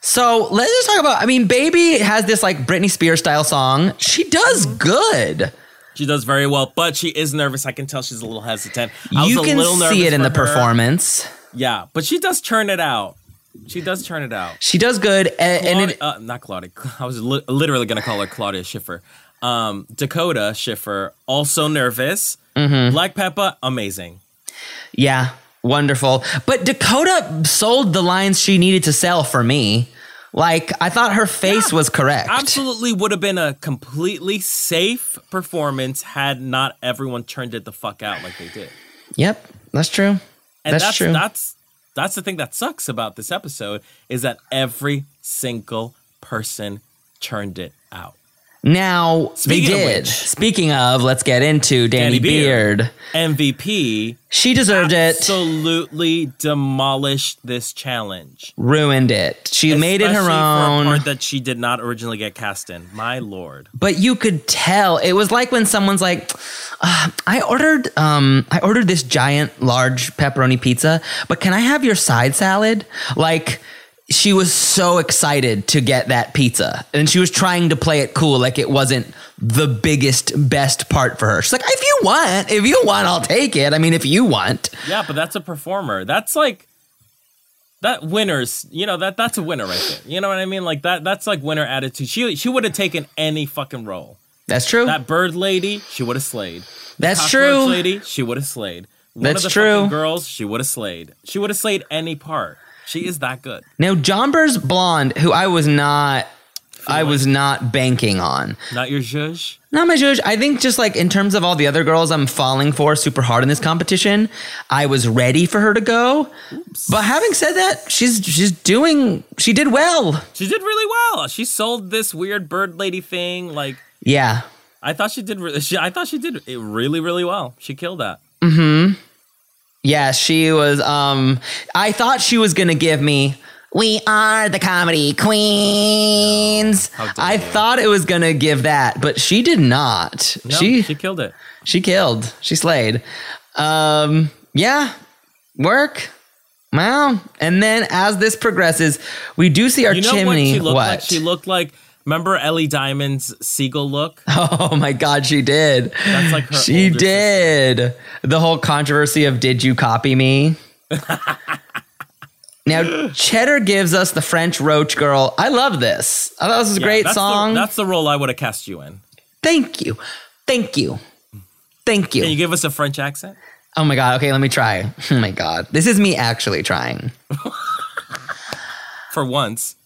So let's just talk about. I mean, Baby has this like Britney Spears style song. She does good. she does very well, but she is nervous. I can tell she's a little hesitant. I was you a can little nervous see it in for the her. performance. Yeah, but she does turn it out. She does turn it out. She does good, a- and, Claudia, it, uh, not Claudia. I was li- literally going to call her Claudia Schiffer. Um, Dakota Schiffer, also nervous. Mm-hmm. Black Peppa, amazing. Yeah, wonderful. But Dakota sold the lines she needed to sell for me. Like I thought her face was correct. Absolutely would have been a completely safe performance had not everyone turned it the fuck out like they did. Yep, that's true. And that's, that's true. that's that's the thing that sucks about this episode is that every single person turned it out. now Speaking they of did. which- Speaking of, let's get into Danny, Danny Beard. Beard. MVP She deserved it. absolutely demolished this challenge. Ruined it. She made it her Especially own. for a part that she did not originally get cast in. My lord. but you could tell it was like when someone's like "Ah, i ordered um i ordered this giant large pepperoni pizza but can i have your side salad like she was so excited to get that pizza and she was trying to play it cool like it wasn't the biggest best part for her she's like if you want if you want i'll take it i mean if you want Yeah, but that's a performer. That's like that winners, you know, that that's a winner right there. You know what I mean? Like that that's like winner attitude. She she would have taken any fucking role. that's true That bird lady, she would have slayed. The That's cockroach true. Lady, she would have slayed. One That's of the true. fucking girls, she would have slayed. She would have slayed any part. She is that good. now jombers blonde who i was not i was not banking on Not your zhuzh. Not my judge. I think just like in terms of all the other girls I'm falling for super hard in this competition, I was ready for her to go. But having said that, she's she's doing she did well. She did really well. She sold this weird bird lady thing. Like Yeah. I thought she did. Re- she, I thought she did it really, really well. She killed that. Yeah, she was um I thought she was gonna give me we are the comedy queens. How dare I you. thought it was gonna give that, but she did not. No, she she, killed it. she killed. She slayed. Um, yeah, work. Wow. And then as this progresses, we do see our You know what chimney. she looked what? like? She looked like. Remember Ellie Diamond's seagull look? oh my God, she did. That's like her. She older did. The whole controversy of did you copy me? now, Cheddar gives us the French Roach Girl. I love this. I thought this was a sister. Yeah, great that's the- song. that's the role I would have cast you in. Thank you. Thank you. Thank Can you you. give us a French accent? Oh my God. Okay, let me try. Oh my God. This is me actually trying. For once,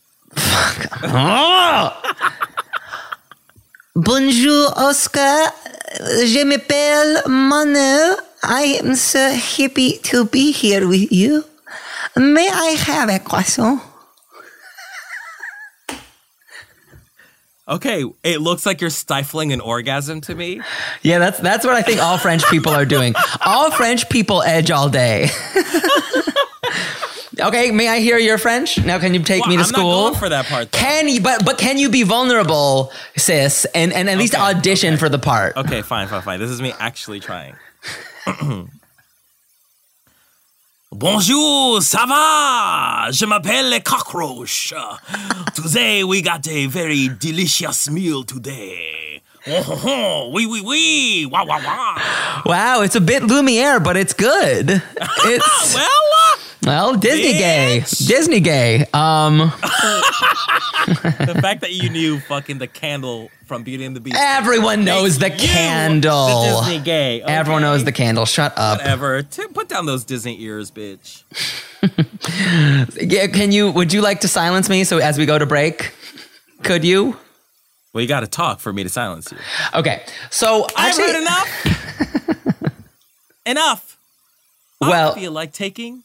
Bonjour, Oscar. Je m'appelle Manu. I am so happy to be here with you. May I have a croissant? okay. It looks like you're stifling an orgasm to me. Yeah, that's that's what I think all French people are doing. All French people edge all day. okay, may I hear your French? Now, can you take Well, me to I'm school? not going for that part. Though. Can you? But but can you be vulnerable, sis? And and at least Okay, audition for the part. Okay, fine, fine, fine. This is me actually trying. Bonjour, ça va? Je m'appelle le cockroach. Today we got a very delicious meal today. Oh, ho, ho. oui, oui, oui. Wah, wah, wah. Wow, it's a bit Lumiere, but it's good. It's. Well, uh, Well, Disney gay. Bitch. Disney gay. Um, the fact that you knew fucking the candle from Beauty and the Beast. everyone knows the You, candle. The Disney gay. Okay. Everyone knows the candle. Shut up. Whatever. T- Put down those Disney ears, bitch. Yeah, can you? Would you like to silence me? So as we go to break, could you? Well, you gotta talk for me to silence you. Okay. So I've actually, heard enough. enough. I well, feel like taking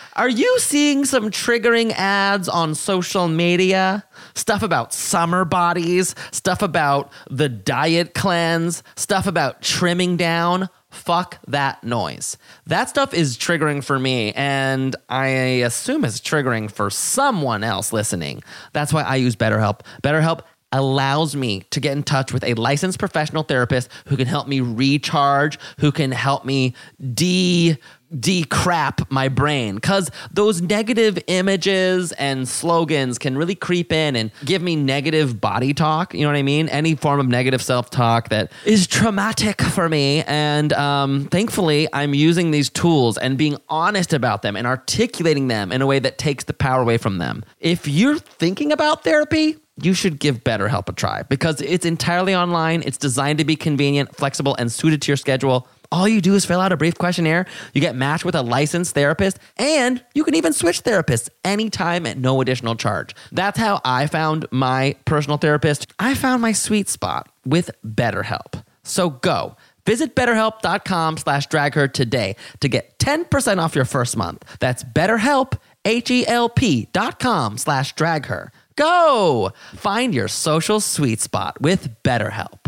Are you seeing some triggering ads on social media? Stuff about summer bodies, stuff about the diet cleanse, stuff about trimming down. Fuck that noise. That stuff is triggering for me, and I assume it's triggering for someone else listening. That's why I use BetterHelp. BetterHelp allows me to get in touch with a licensed professional therapist who can help me recharge, who can help me de decrap my brain cuz those negative images and slogans can really creep in and give me negative body talk, you know what I mean? Any form of negative self-talk that is traumatic for me and um thankfully I'm using these tools and being honest about them and articulating them in a way that takes the power away from them. If you're thinking about therapy, you should give BetterHelp a try because it's entirely online. It's designed to be convenient, flexible, and suited to your schedule. All you do is fill out a brief questionnaire, you get matched with a licensed therapist, and you can even switch therapists anytime at no additional charge. That's how I found my personal therapist. I found my sweet spot with BetterHelp. So go. Visit betterhelp.com slash dragher today to get 10% off your first month. That's betterhelp, H-E-L-P E dot com slash dragher. Go! Find your social sweet spot with BetterHelp.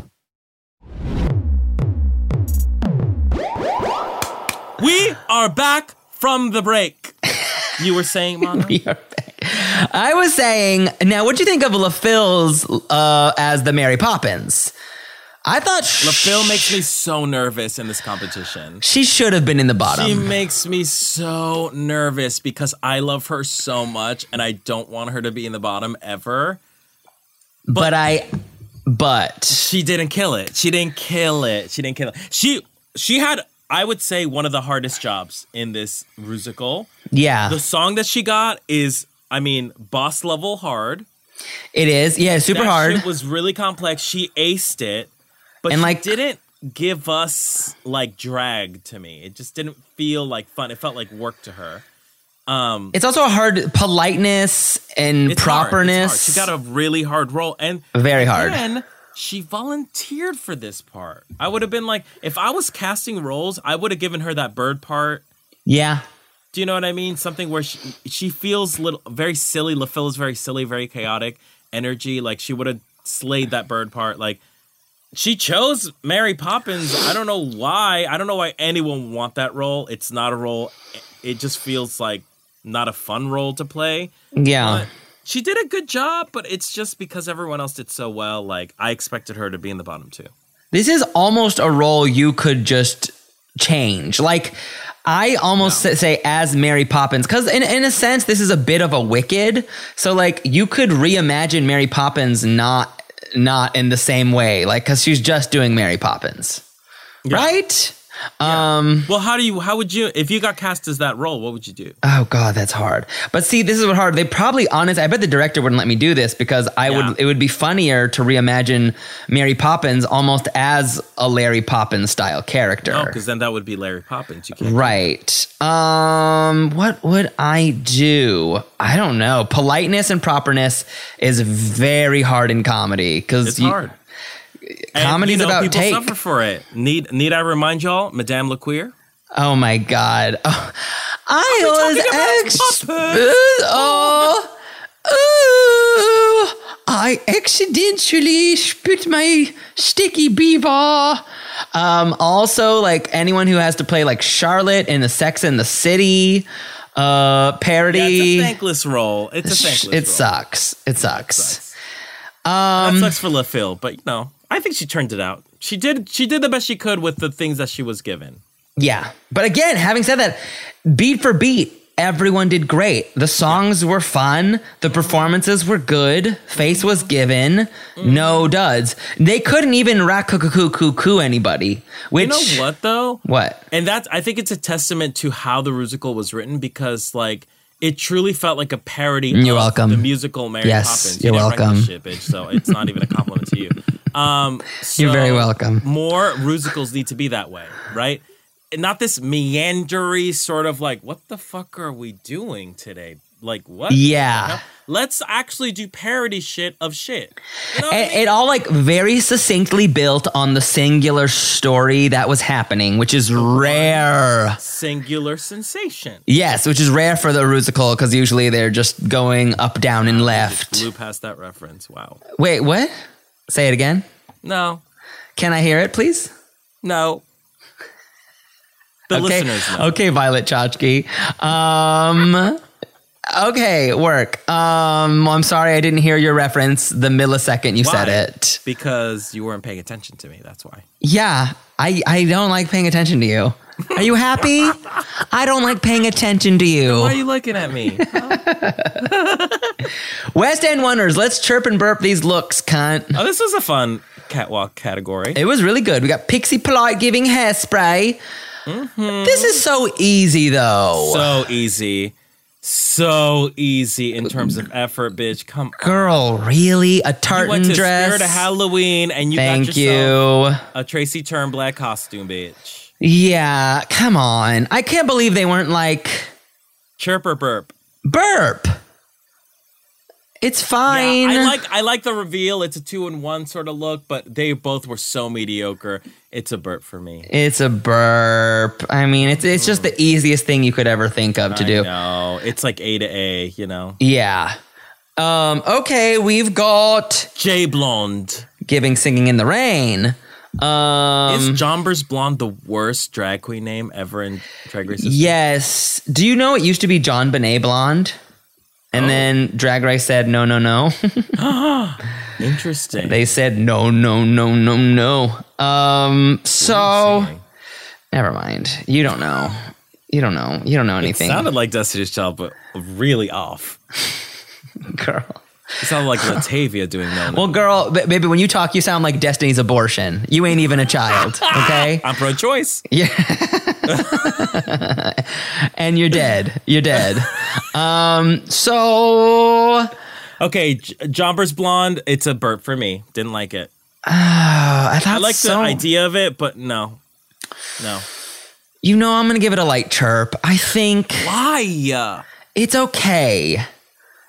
We are back from the break. You were saying, Mama? I was saying, now what do you think of LaPhil's uh, as the Mary Poppins? I thought sh- LaPhil makes me so nervous in this competition. she should have been in the She bottom. makes me so nervous because I love her so much and I don't want her to be in the bottom ever. but, I, but She didn't kill it. She didn't kill it. She didn't kill it. She she had I would say one of the hardest jobs in this musical. yeah, The song that she got is I mean boss level hard. it is. Yeah, super that hard. Shit was really complex. She aced it, but And, she like- didn't give us like drag to me. It just didn't feel like fun. It felt like work to her. it's also hard politeness and It's hard. properness. It's hard. She got a really hard role, and Very hard. Then she volunteered for this part. I would have been like, if I was casting roles, I would have given her that bird part. yeah, Do you know what I mean? Something where she she feels little very silly. LaPhil is very silly, very chaotic energy. Like she would have slayed that bird part. Like she chose Mary Poppins. I don't know why. I don't know why anyone would want that role. It's not a role. It just feels like not a fun role to play. yeah. But she did a good job, but it's just because everyone else did so well. Like I expected her to be in the bottom too. This is almost a role you could just change. Like I almost sa- say as Mary Poppins cuz in in a sense this is a bit of a wicked. So like you could reimagine Mary Poppins not not in the same way like cuz she's just doing Mary Poppins. Right? Um Well, how do you? How would you? If you got cast as that role, what would you do? oh god that's hard. But see this is what hard they probably honest I bet the director wouldn't let me do this because I Yeah. would it would be funnier to reimagine Mary Poppins almost as a Larry Poppins style character. Oh, because then that would be Larry Poppins. You can't. Right. Um what would I do? I don't know. Politeness and properness is very hard in comedy cuz It's hard. And, comedy's you know, about people take. suffer for it. Need need I remind y'all, Madame LaQueer? Oh my god. Oh, I talking about was ex- puppets. oh. Ooh, I accidentally spit my sticky beaver. Um, also, like anyone who has to play like Charlotte in the Sex and the City uh, parody. Yeah, it's a thankless role. It's a Sh- thankless it role. sucks. Um, It sucks. that sucks for LaFille, but you know, I think she turned it out. She did. She did the best she could with the things that she was given. Yeah. But again, having said that, beat for beat, everyone did great. The songs were fun. The performances were good. Face was given. Mm-hmm. No duds. They couldn't even rat coo coo coo coo anybody. Which You know what though? What? And that's I think it's a testament to how the musical was written because like it truly felt like a parody You're of welcome. the musical Mary Yes, Poppins. you're didn't write this welcome. Shit, bitch, so it's not even a compliment to you. Um, You're very so welcome. More musicals need to be that way, right? And not this meandery sort of like, what the fuck are we doing today? Like what? the Yeah. hell? Let's actually do parody shit of shit. You know what I It, mean? it all like very succinctly built on the singular story that was happening, which is rare. Singular sensation. Yes, which is rare for the Rusical because usually they're just going up, down, and left. Blew past that reference. Wow. Wait, what? Say it again. No, Can I hear it, please? No. The okay. listeners know. Okay, Violet Chachki. Um Okay, work. Um I'm sorry I didn't hear your reference the millisecond you said Why? it. Because you weren't paying attention to me. That's why. Yeah, I I don't like paying attention to you. Are you happy? I don't like paying attention to Why are you. you looking at me? West End Wonders, let's chirp and burp these looks, cunt. oh, this was a fun catwalk category. It was really good. We got Pixie Polite giving hairspray. This is so easy though. Mm-hmm. So easy. So easy in terms of effort, bitch. Come on. Girl, really? A You tartan went to dress? Spirit of Halloween and you Thank got yourself you. a Tracy Turnblack costume, bitch. Yeah, come on. I can't believe they weren't like Chirp or burp. burp. It's fine. I like I like the reveal. It's a two in one sort of look, but they both were so mediocre. It's a burp for me. it's a burp. I mean, it's it's just the easiest thing you could ever think of to I do. know. It's like A to A, you know. Yeah. Um, okay, we've got J Blonde. giving singing in the rain. Um Is Jombers Blonde the worst drag queen name ever in Drag Race? history? yes. Do you know it used to be John Bonet Blonde? Oh. And then Drag Race said no, no, no. Interesting. they said no, no, no, no, no. Um so Interesting. Never mind. You don't know. You don't know. You don't know anything, sounded like Destiny's Child, but really off. girl. It sounded like Latavia doing no. Well, girl, ba- baby, when you talk, you sound like Destiny's abortion. You ain't even a child, okay? I'm pro-choice. And you're dead. You're dead. Um. So Okay, J- Jombers Blonde. It's a burp for me. Didn't like it. I thought I like so. the idea of it, but no, no. You know, I'm gonna give it a light chirp. I think Why? it's okay.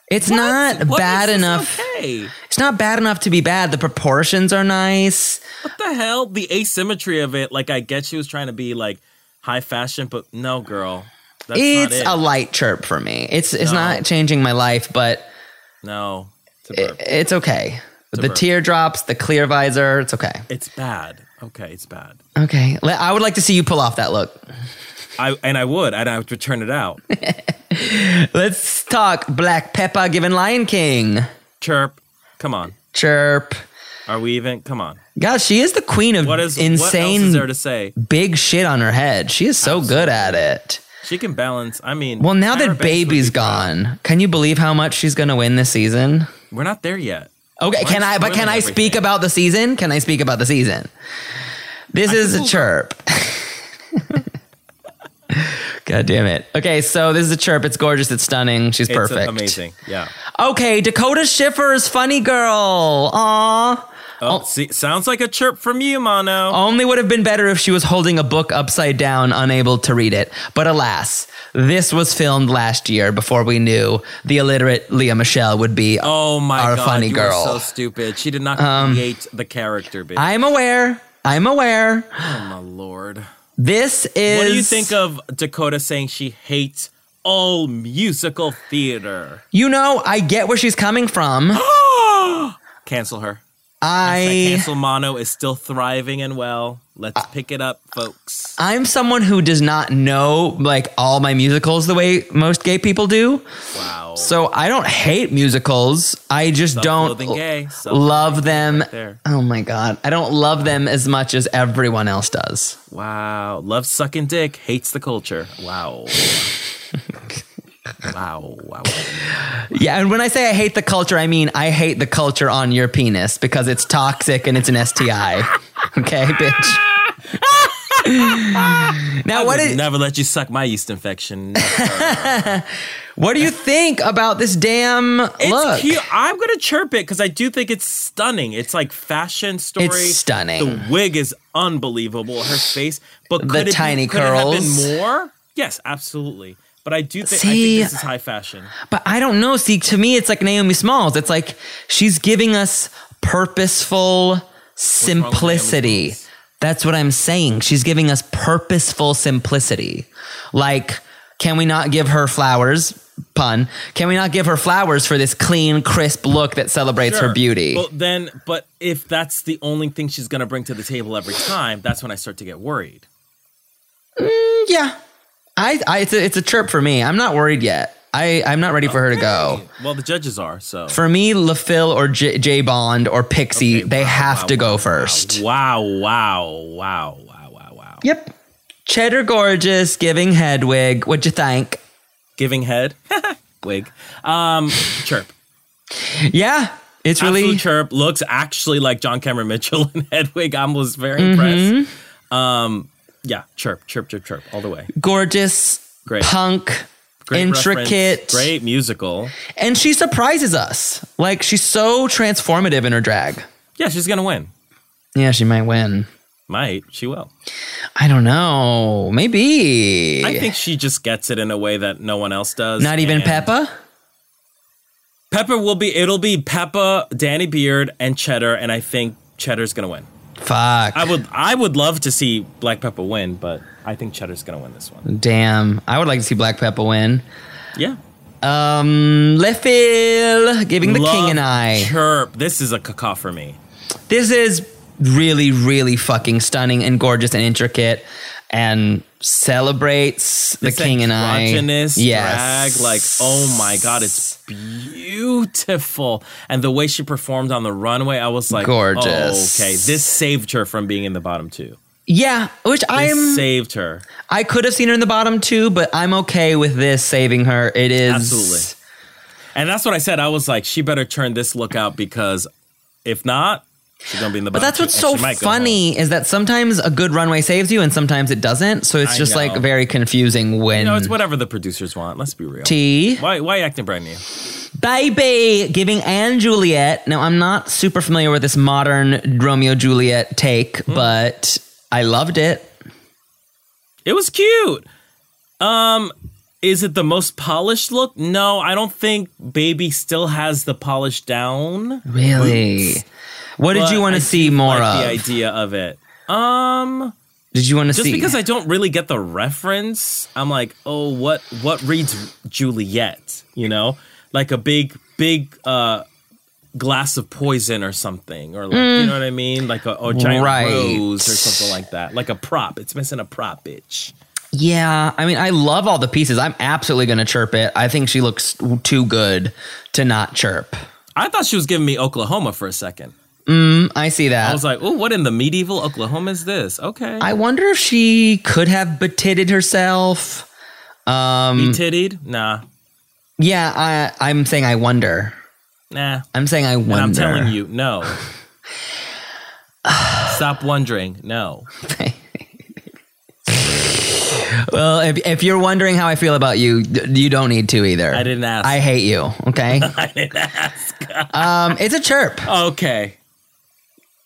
It's not What bad makes this enough. Okay. It's not bad enough to be bad. The proportions are nice. What the hell? The asymmetry of it. Like I get she was trying to be like high fashion, but no, girl. That's it's not it. a light chirp for me. It's it's No. not changing my life, but No. It's a burp. it, it's okay. the burp. teardrops, the clear visor, it's okay. It's bad. Okay, it's bad. Okay. Le- I would like to see you pull off that look. I and I would, and I would return it out. Let's talk Black Peppa giving Lion King. Chirp. Come on. Chirp. Are we even? Come on. God, she is the queen of What is What else insane is there to say? big shit on her head. She is so good at it. She can balance. I mean, Well, now Tyra that Banks would baby's be proud. gone, can you believe how much she's going to win this season? we're not there yet. Okay, Why can are you I but can spoiling I speak everything? about the season? Can I speak about the season? This is a chirp. God damn it. Okay, so this is a chirp. It's gorgeous. It's stunning. She's It's perfect. amazing. Yeah. Okay, Dakota Schiffer's funny girl. Aw. Oh, see, sounds like a chirp from you, Mono. Only would have been better if she was holding a book upside down, unable to read it. But alas, this was filmed last year before we knew the illiterate Leah Michelle would be. Oh, my Our god, funny you girl. Um, Are so stupid. She did not create the character, bitch. I'm aware. I'm aware. oh my lord. This is. What do you think of Dakota saying she hates all musical theater? You know, I get where she's coming from. Cancel her. Hashtag I cancel mono is still thriving and well. Let's Uh, pick it up, folks. I'm someone who does not know like all my musicals the way most gay people do. Wow. So I don't hate musicals. I just don't Self-loathing gay. Self-loathing love them. there. oh my god, I don't love them as much as everyone else does. Wow. Loves sucking dick, hates the culture. Wow. wow. Wow. Yeah, and when I say I hate the culture, I mean I hate the culture on your penis because it's toxic and it's an STI. okay, bitch. now, what Would is, never let you suck my yeast infection. what do you think about this damn It's look? cute. I'm gonna chirp it because I do think it's stunning. It's like fashion story. It's stunning. The wig is unbelievable. Her face, but could it be- tiny could it have been curls. more? Yes, absolutely. But I do think See- I think this is high fashion. But I don't know. See, to me, it's like Naomi Smalls. It's like she's giving us purposeful wrong with Naomi simplicity. Smalls? That's what I'm saying. She's giving us purposeful simplicity. Like, can we not give her flowers? Pun. Can we not give her flowers for this clean, crisp look that celebrates her Sure. beauty? Well, then, but if that's the only thing she's gonna bring to the table every time, that's when I start to get worried. yeah. I, I it's, a, it's a chirp for me. I'm not worried yet. I, I'm not ready for her to go. Well, the judges are so. For me, LaFille or J, J Bond or Pixie, Okay, they wow, have wow, to go wow, first. Wow! Wow! Wow! Wow! Wow! Wow! Yep. Cheddar Gorgeous giving Hedwig. What'd you think? Giving head, wig, um, chirp. Yeah, it's really Absolute chirp looks actually like John Cameron Mitchell and Hedwig. I was very Mm-hmm. impressed. Um, yeah, chirp, chirp, chirp, chirp, all the way. gorgeous, Great. punk, Great reference, intricate, great musical. and she surprises us. Like she's so transformative in her drag. Yeah, she's gonna win. Yeah, she might win. Might she will? I don't know. Maybe. I think she just gets it in a way that no one else does. Not even and Peppa. Peppa will be. It'll be Peppa, Danny Beard, and Cheddar, and I think Cheddar's gonna win. Fuck. I would. I would love to see Black Peppa win, but I think Cheddar's gonna win this one. Damn. I would like to see Black Peppa win. Yeah. Um, Lefil giving the Love king and I. Chirp. This is a caca for me. this is really really fucking stunning and gorgeous and intricate and celebrates the It's king and i androgynous yes drag, like oh my god, it's beautiful. And the way she performed on the runway, I was like, Gorgeous. oh, okay, this saved her from being in the bottom two. yeah which This i'm saved her. i could have seen her in the bottom too but i'm okay with this saving her it is Absolutely. And that's what I said. I was like, she better turn this look out because if not, she's gonna be in the but bottom. that's what's two, so and she might go home. funny is that sometimes a good runway saves you and sometimes it doesn't so it's I just like know. very confusing when You know, it's whatever the producers want. Let's be real. T. Why, why acting brand new? Baby giving Anne Juliet. Now, I'm not super familiar with this modern Romeo Juliet take, Hmm. but I loved it. It was cute. Um, is it the most polished look? No, I don't think Baby still has the polish down. Really? What did you But want I to do see more like The of? idea of it. Um, Did you want to just see? because I don't really get the reference, I'm like, oh, what what reads Juliet? You know, like a big big uh glass of poison or something, or like you know what I mean, like a, a giant Mm. Right. rose or something like that, like a prop. It's missing a prop, bitch. yeah, I mean, I love all the pieces. I'm absolutely going to chirp it. I think she looks too good to not chirp. I thought she was giving me Oklahoma for a second. I see that. I I, was like, oh, what in the medieval Oklahoma is this? Okay. wonder if she could have betitted herself. be tittied? Nah. Yeah, I, I'm saying I wonder. Nah. I'm saying I wonder. And I'm telling you, no. Stop wondering. No. Well, if, if you're wondering how I feel about you, d- you don't need to either. I didn't ask. I hate you. Okay. I didn't ask. um, it's a chirp. Okay.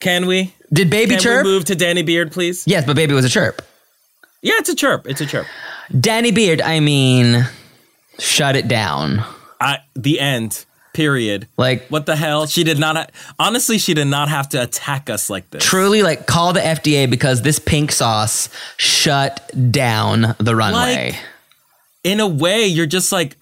Can we? Did baby Can chirp? we move to Danny Beard, please? yes, but baby was a chirp. Yeah, it's a chirp. It's a chirp. Danny Beard. I mean, shut it down. I, the end. Period. Like What the hell? She did not. Ha- Honestly, she did not have to attack us like this. truly, like call the FDA because this pink sauce shut down the runway. in a way, you're just like,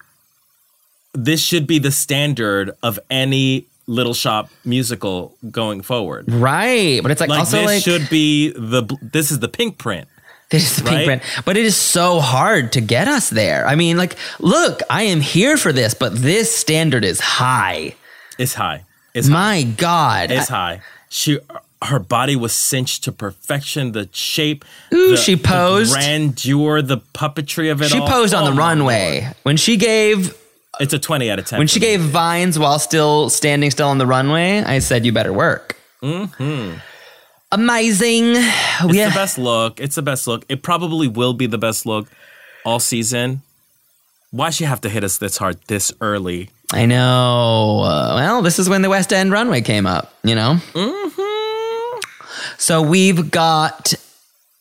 this should be the standard of any Little Shop musical going forward. Right, but it's like, Like also this like should be the bl- this is the pink print. This is the pink Right? print. But it is so hard to get us there. I mean, like, look, I am here for this, but this standard is high. It's high. It's high. My God. It's I- high. She her body was cinched to perfection. The shape. Ooh, the- she the posed. grandeur, the puppetry of it. she all. posed on Oh the my runway. Lord. When she gave It's a twenty out of ten. when for she me. gave vines while still standing still on the runway, I said you better work. Mm-hmm. Amazing. it's we have, the best look. It's the best look. It probably will be the best look all season. Why she have to hit us this hard this early? I know. Uh, well, this is when the West End runway came up, you know? Mm-hmm. Mm-hmm. So we've got,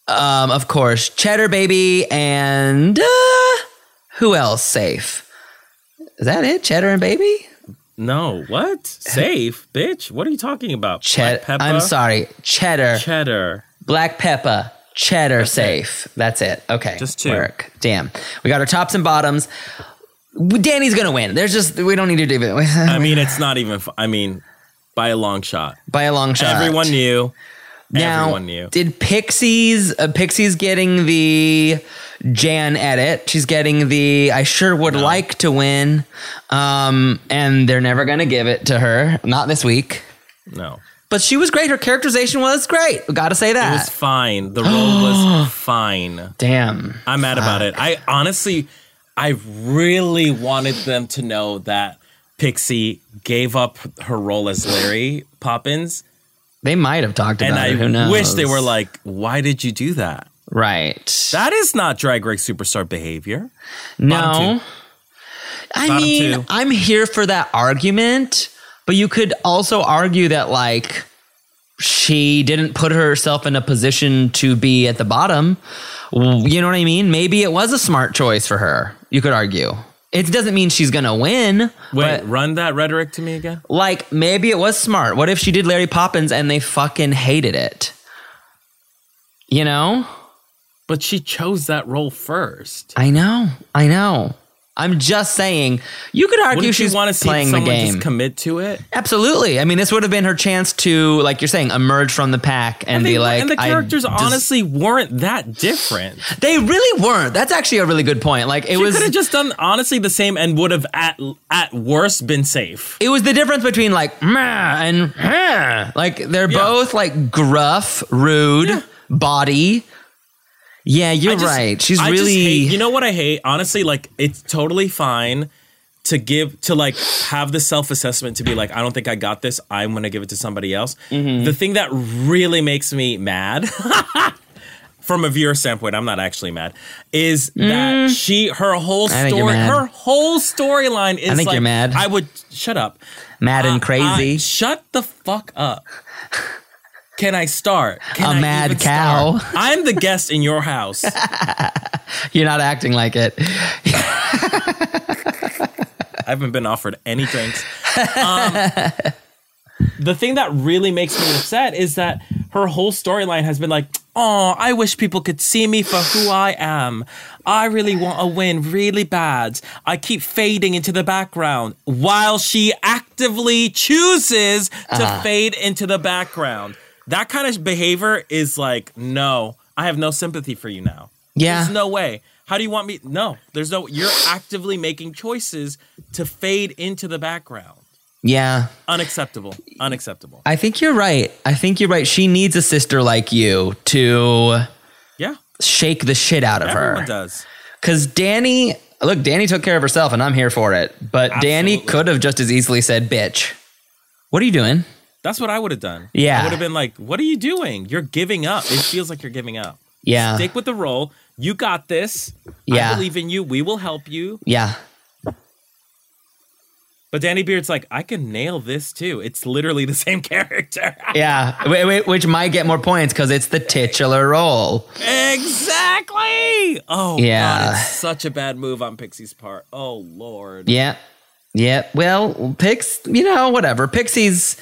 um, of course, Cheddar Baby and uh, who else safe? Is that it? Cheddar and Baby? No, what? Safe, bitch. What are you talking about? Cheddar. Black pepper? I'm sorry. Cheddar. Cheddar. Black Peppa, Cheddar Safe. That's it. Okay. Just two. Work. Damn. We got our tops and bottoms. Danny's going to win. There's just, we don't need to do it I mean, it's not even. fu- I mean, by a long shot. by a long shot. Everyone knew. Now, Everyone knew. did Pixie's uh, Pixie's getting the Jan edit? She's getting the I sure would like to win, um, and they're never gonna give it to her. Not this week. No. But she was great. Her characterization was great. We gotta say It that. was fine. The role was fine. Damn. I'm mad about it. I honestly, I really wanted them to know that Pixie gave up her role as Larry Poppins, They might have talked about and it. Who knows? I wish they were like, "Why did you do that? right. That is not Drag Race superstar behavior." No. Bottom I Bottom mean, two. I'm here for that argument, but you could also argue that like she didn't put herself in a position to be at the bottom. W- You know what I mean? Maybe it was a smart choice for her. You could argue. It doesn't mean she's going to win. Wait, but run that rhetoric to me again. like maybe it was smart. What if she did Larry Poppins and they fucking hated it? You know? But she chose that role first. I know. I know. I'm just saying, you could argue Wouldn't you she's want to see playing the someone game. just commit to it? Absolutely. I mean, this would have been her chance to, like you're saying, emerge from the pack and, They- be like, and the I characters just- honestly weren't that different. they really weren't. That's actually a really good point. Like it She was, could have just done honestly the same and would have at at worst been safe. it was the difference between like meh and meh. like they're Yeah. both like gruff, rude, body. Yeah, you're I just- right. She's I just really. hate- you know what I hate? Honestly, like it's totally fine to give to like have the self assessment to be like, I don't think I got this. I'm gonna give it to somebody else. Mm-hmm. The thing that really makes me mad. From a viewer standpoint, I'm not actually mad. Is that she? Her whole Mm. I think you're story, mad. her whole storyline is think you're like, mad. I would shut up. mad and I- crazy. shut the fuck up. Can I start? Can A I mad even cow. start? I'm the guest in your house. you're not acting like it. I haven't been offered any drinks. Um, the thing that really makes me upset is that her whole storyline has been like, oh, I wish people could see me for who I am. I really want a win really bad. I keep fading into the background while she actively chooses to fade into the background. That kind of behavior is like, no, I have no sympathy for you now. Yeah. There's no way. How do you want me? No, there's no. You're actively making choices to fade into the background. yeah. Unacceptable. Unacceptable. I think you're right. I think you're right. She needs a sister like you to Yeah, shake the shit out of her. everyone does. Because Danny, look, Danny took care of herself, and I'm here for it. But Danny Absolutely. could have just as easily said, "Bitch, what are you doing?" That's what I would have done. Yeah. I would have been like, "What are you doing? You're giving up. It feels like you're giving up. Yeah, Stick with the role. You got this. Yeah. I believe in you. We will help you." yeah, But Danny Beard's like, "I can nail this too. It's literally the same character." yeah. Wait, wait, which might get more points because it's the titular role. exactly. Oh, Yeah. God, it's such a bad move on Pixie's part. Oh Lord. Yeah, yeah. Well, Pix, you know, whatever. Pixie's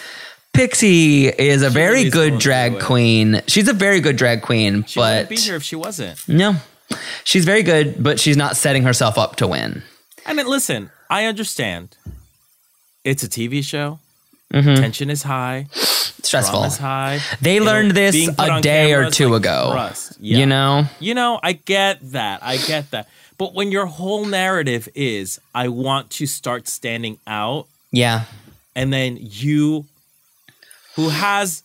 Pixie is a very really is good going drag through it. queen. She's a very good drag queen, She but wouldn't be here if she wasn't. no, she's very good, but she's not setting herself up to win. I mean, listen, I understand. It's a TV show. Tension is high. Stressful. Drama's high. Mm-hmm. They You know, learned this being put a on day camera or is two like ago. thrust. Yeah. You know? You know, I get that. I get that. But when your whole narrative is, I want to start standing out, Yeah. and then you, who has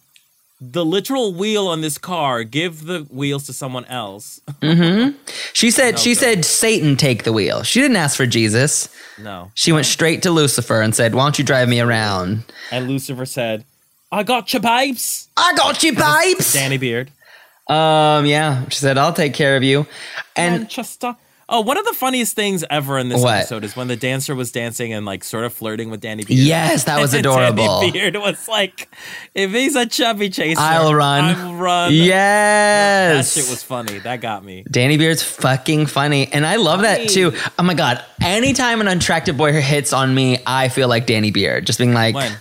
the literal wheel on this car, give the wheels to someone else. She said she said Satan take the wheel. She didn't ask for Jesus. No. She went straight to Lucifer and said, Why don't you drive me around? And Lucifer said, I got you, babes. I got you, babes. Danny Beard. Um, yeah. She said, I'll take care of you. And Manchester. Oh, one of the funniest things ever in this What? episode is when the dancer was dancing and like sort of flirting with Danny Beard. yes, that was And adorable. Danny Beard was like, if he's a chubby chaser, I'll run. I'll run. That Yes. shit was funny. That got me. Danny Beard's fucking funny. And I love that too. Oh my God. Anytime an unattractive boy hits on me, I feel like Danny Beard. Just being like, When?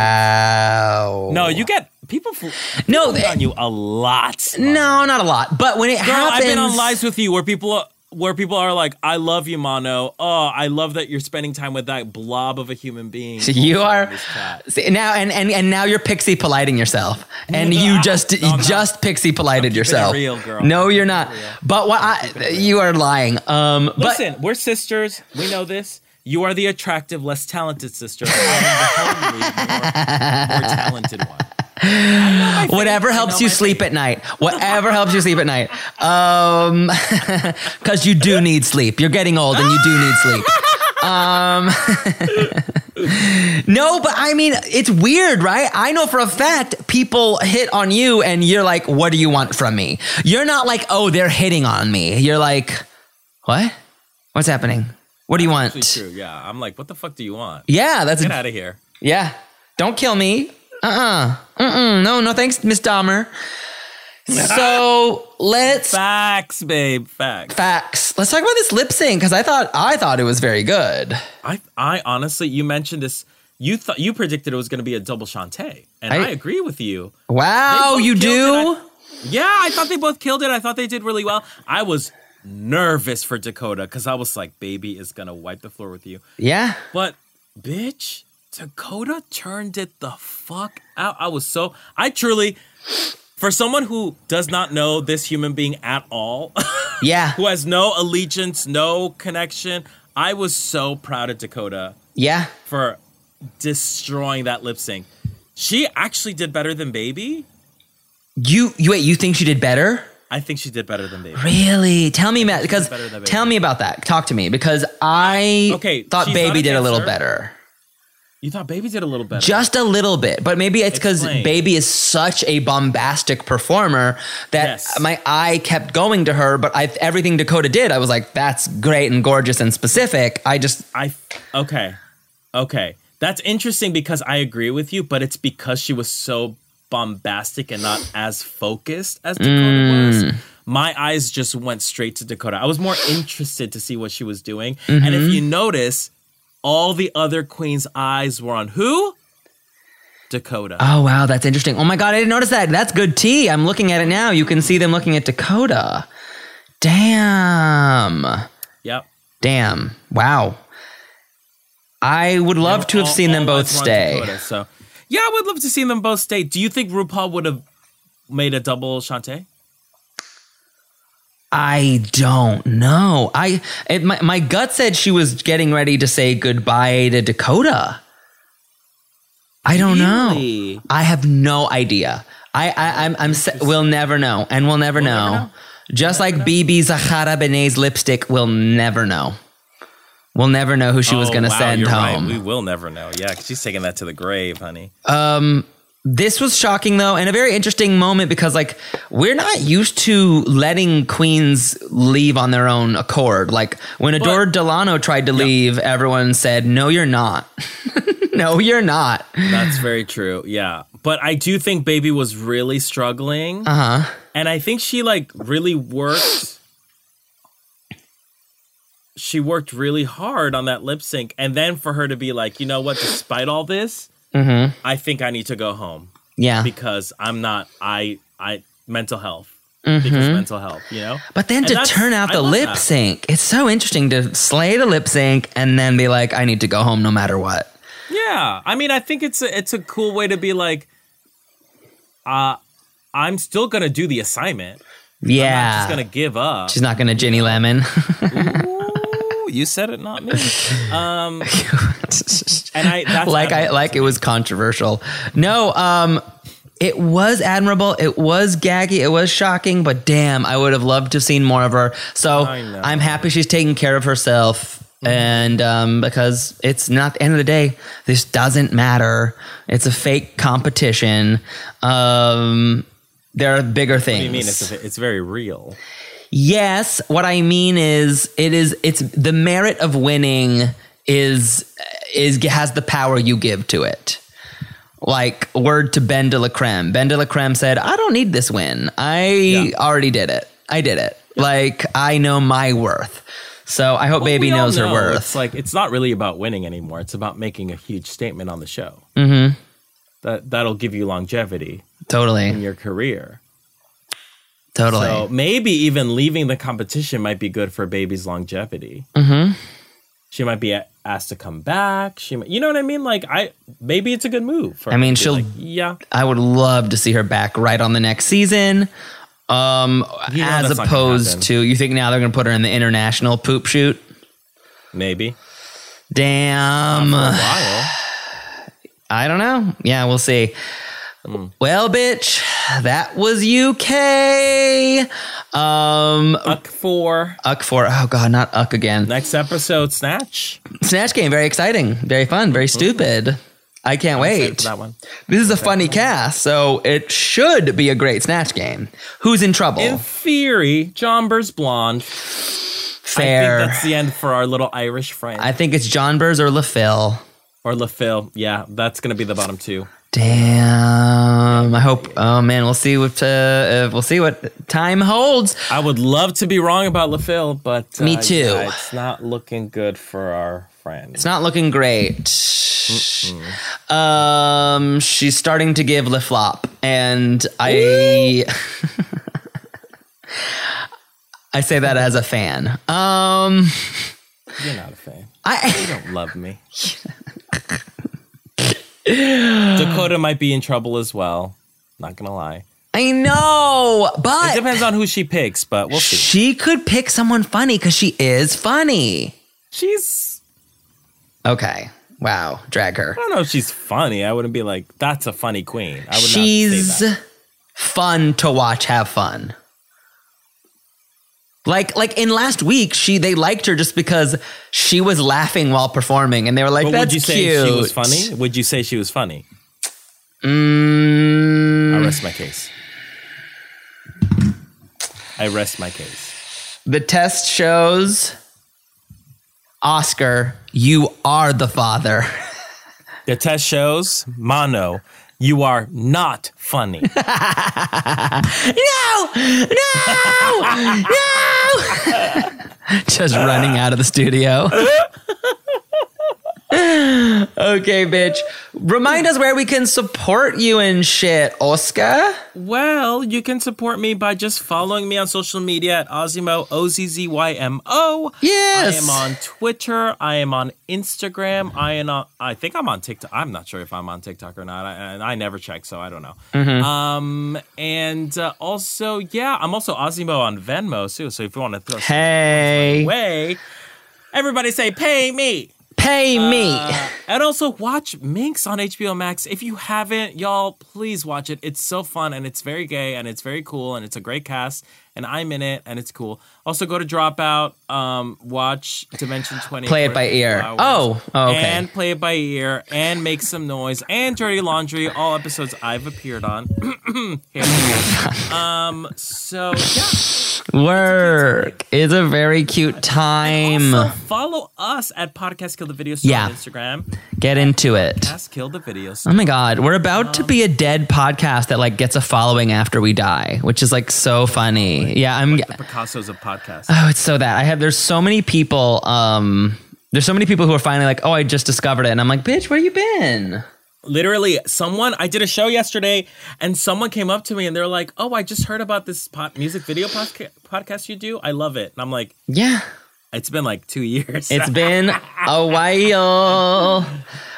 wow. No, you get people fl- No, flip th- on you a lot. no, not a lot. But when it Girl, happens. I've been on lives with you where people are, where people are like, "I love you, Mono. Oh, I love that you're spending time with that blob of a human being." So you are This cat. see, now and, and and now you're pixie politing yourself and you just No, I'm not. just pixie polited yourself real, girl. no you're not but what I, you are lying um but Listen, we're sisters. We know this. You are the attractive, less talented sister. I am the homely, more, more talented one. whatever helps know you my sleep at night whatever helps you sleep at night um because you do need sleep you're getting old and you do need sleep um no but i mean it's weird right i know for a fact people hit on you and you're like what do you want from me you're not like oh they're hitting on me you're like what what's happening what do you It's want true. Yeah, I'm like, what the fuck do you want? yeah that's Get out of here. yeah. Don't kill me. Uh uh-uh. uh. No, no thanks, Miss Dahmer. So let's Facts, babe. Facts. facts. Let's talk about this lip sync because I thought I thought it was very good. I, I honestly, you mentioned this. You thought you predicted it was going to be a double Shantae, and I- I, agree with you. Wow, both you do? killed Yeah, I thought they both killed it. I thought they did really well. I was nervous for Dakota because I was like, baby is going to wipe the floor with you. yeah. But bitch, Dakota turned it the fuck out. I was so I truly for someone who does not know this human being at all, Yeah. who has no allegiance, no connection, I was so proud of Dakota Yeah. for destroying that lip sync. She actually did better than Baby. You you wait, you think she did better? I think she did better than Baby. Really? Tell me, Matt, because better than Baby. tell me about that. Talk to me because I Okay, thought she's not Baby a did a little dancer. better. You thought Baby did a little better. Just a little bit, but maybe it's because Explain. Baby is such a bombastic performer that Yes. my eye kept going to her. But I, everything Dakota did, I was like, "That's great and gorgeous and specific." I just I f- okay, okay. That's interesting because I agree with you, but it's because she was so bombastic and not as focused as Dakota Mm. was. My eyes just went straight to Dakota. I was more interested to see what she was doing. And Mm-hmm. if you notice, all the other queens' eyes were on who? Dakota. oh wow, that's interesting. Oh my god, I didn't notice that. That's good tea. I'm looking at it now. You can see them looking at Dakota. Damn, yep. damn, wow. I would love to have All- seen them all both eyes were on stay. Dakota, so, yeah, I would love to see them both stay. Do you think RuPaul would have made a double Shantae? I don't know. I it, my my gut said she was getting ready to say goodbye to Dakota. I don't know. Really? I have no idea. I, I I'm I'm se- we'll never know, and we'll never, know. Just like BB Zahara Benet's lipstick, we'll never know. We'll never know who she was Oh, going to wow, send you're right. home. We will never know. Yeah, 'cause she's taking that to the grave, honey. This was shocking though, and a very interesting moment because like we're not used to letting queens leave on their own accord. Like when Adore Delano tried to leave, everyone said, "No, you're not. no, you're not." That's very true. Yeah, but I do think Baby was really struggling. Uh huh. And I think she like really worked. She worked really hard on that lip sync, and then for her to be like, you know what? Despite all this, Mm-hmm. I think I need to go home Yeah, because I'm not. I I mental health. Mm-hmm. because mental health, you know? But then And to that's- turn out I the love lip that. sync, it's so interesting to slay the lip sync and then be like, I need to go home no matter what. Yeah, I mean, I think it's a, it's a cool way to be like, uh, I'm still gonna do the assignment. Yeah. I'm just gonna give up. She's not going to Ginny Lemon. Ooh, you said it, not me. Um, and I that's like I like it was controversial. No, um it was admirable. It was gaggy. It was shocking, but damn, I would have loved to have seen more of her. So I know. Mm-hmm. I'm happy she's taking care of herself. And um, because it's not the end of the day, this doesn't matter. It's a fake competition. Um, there are bigger things. I mean, it's it's very real. Yes, what I mean is it is it's the merit of winning is is has the power you give to it. Like word to Ben de la Creme. Ben de la Creme said, "I don't need this win. I already did it. I did it. Like I know my worth." So I hope Baby Oh, We all knows her know worth. It's like it's not really about winning anymore. It's about making a huge statement on the show. Mm-hmm. That that'll give you longevity in totally, your career. totally. So maybe even leaving the competition might be good for baby's longevity. Mm-hmm. She might be a- asked to come back. She, might, you know what I mean? Like I, maybe it's a good move. For I mean, her to be she'll- like, yeah, I would love to see her back right on the next season. Um, You know as that's not gonna happen. opposed to you think now they're going to put her in the international poop shoot. maybe. Damn. For a while. I don't know. Yeah, we'll see. Hmm. Well, bitch, that was UK. Um, Fuck for Uck for oh god, not Uck again. next episode, snatch. Snatch Game, very exciting, very fun, very stupid. I can't Excited wait. for that one. This is a funny cast, so it should be a great Snatch Game. Who's in trouble? In theory, Jombers blonde. Fair. I think that's the end for our little Irish friend it's John Burrs or LaFille. or LaFille. Yeah, that's gonna be the bottom two. Damn. I hope. Oh man, we'll see what uh, uh, we'll see what time holds. I would love to be wrong about LaFille, but Me uh, too. yeah, it's not looking good for our friend. It's not looking great. Um, she's starting to give lip flop, and I, I say that as a fan. Um, You're not a fan. I don't love me. Dakota might be in trouble as well. Not gonna lie. I know, It but depends on who she picks, but we'll see. she could pick someone funny because she is funny. She's Okay, wow, drag her. I don't know if she's funny. I wouldn't be like, that's a funny queen. I would not she's say that. fun to watch have fun like like in last week she they liked her just because she was laughing while performing and they were like But that's would you say cute she was funny? Would you say she was funny? I Mm, rest my case. I rest my case. the test shows oscar you are the father The test shows, Mono, you are not funny. no no no just running out of the studio okay bitch remind us where we can support you and shit oscar Well, you can support me by just following me on social media at Ozzymo, O Z Z Y M O. Yes. I am on Twitter. I am on Instagram. I am on, I think I'm on TikTok. I'm not sure if I'm on TikTok or not. I, and I never check, so I don't know. Mm-hmm. Um, and uh, also, yeah, I'm also Ozzymo on Venmo, too. So if you want to throw some hey away, everybody say, pay me. pay me And also watch Minx on HBO Max. If you haven't, y'all, please watch it. It's so fun and it's very gay and it's very cool and it's a great cast and I'm in it and it's cool. Also go to Dropout, um, watch Dimension 20. Play it by ear. Hours, Oh, oh, okay. And play it by ear and make some noise and Dirty Laundry, all episodes I've appeared on. Here we go. um, so yeah. work is a very cute time Also follow us at Podcast Kill the Video Store Yeah. on Instagram. get into it Ask Kill the Video Store. Oh my God, we're about to be a dead podcast that like gets a following after we die, which is like so funny. Yeah, I'm. Picasso's a podcast. Oh, it's so that I have. There's so many people. Um, there's so many people who are finally like, oh, I just discovered it, and I'm like, bitch, where you been? literally someone i did a show yesterday and someone came up to me and they're like oh i just heard about this po- music video podca- podcast you do i love it and i'm like Yeah. it's been like two years It's been a while.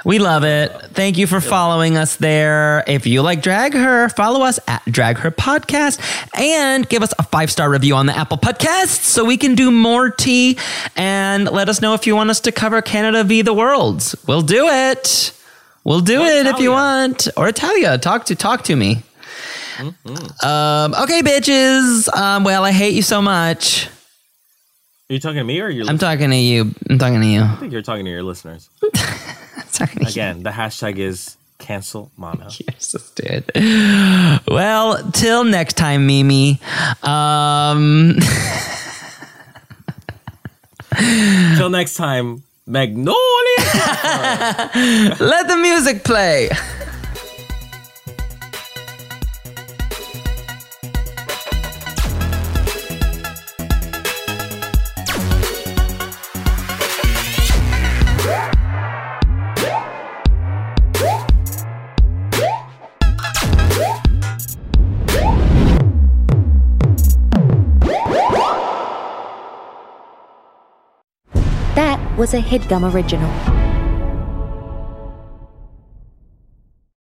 We love it. Thank you for following us there. If you like Drag Her, follow us at Drag Her Podcast and give us a five star review on the Apple Podcasts so we can do more tea. And let us know if you want us to cover Canada v. the World. We'll do it. We'll do it if you want. Or Italia, talk to talk to me. Um, okay, bitches. Um, well, I hate you so much. are you talking to me or you're I'm talking to you. I'm talking to you. you're talking to your listeners I'm talking to you. again the hashtag is cancel mono Yes, it did. Well, till next time, Mimi. Um, till next time magnolia let the music play. That was a headgum original.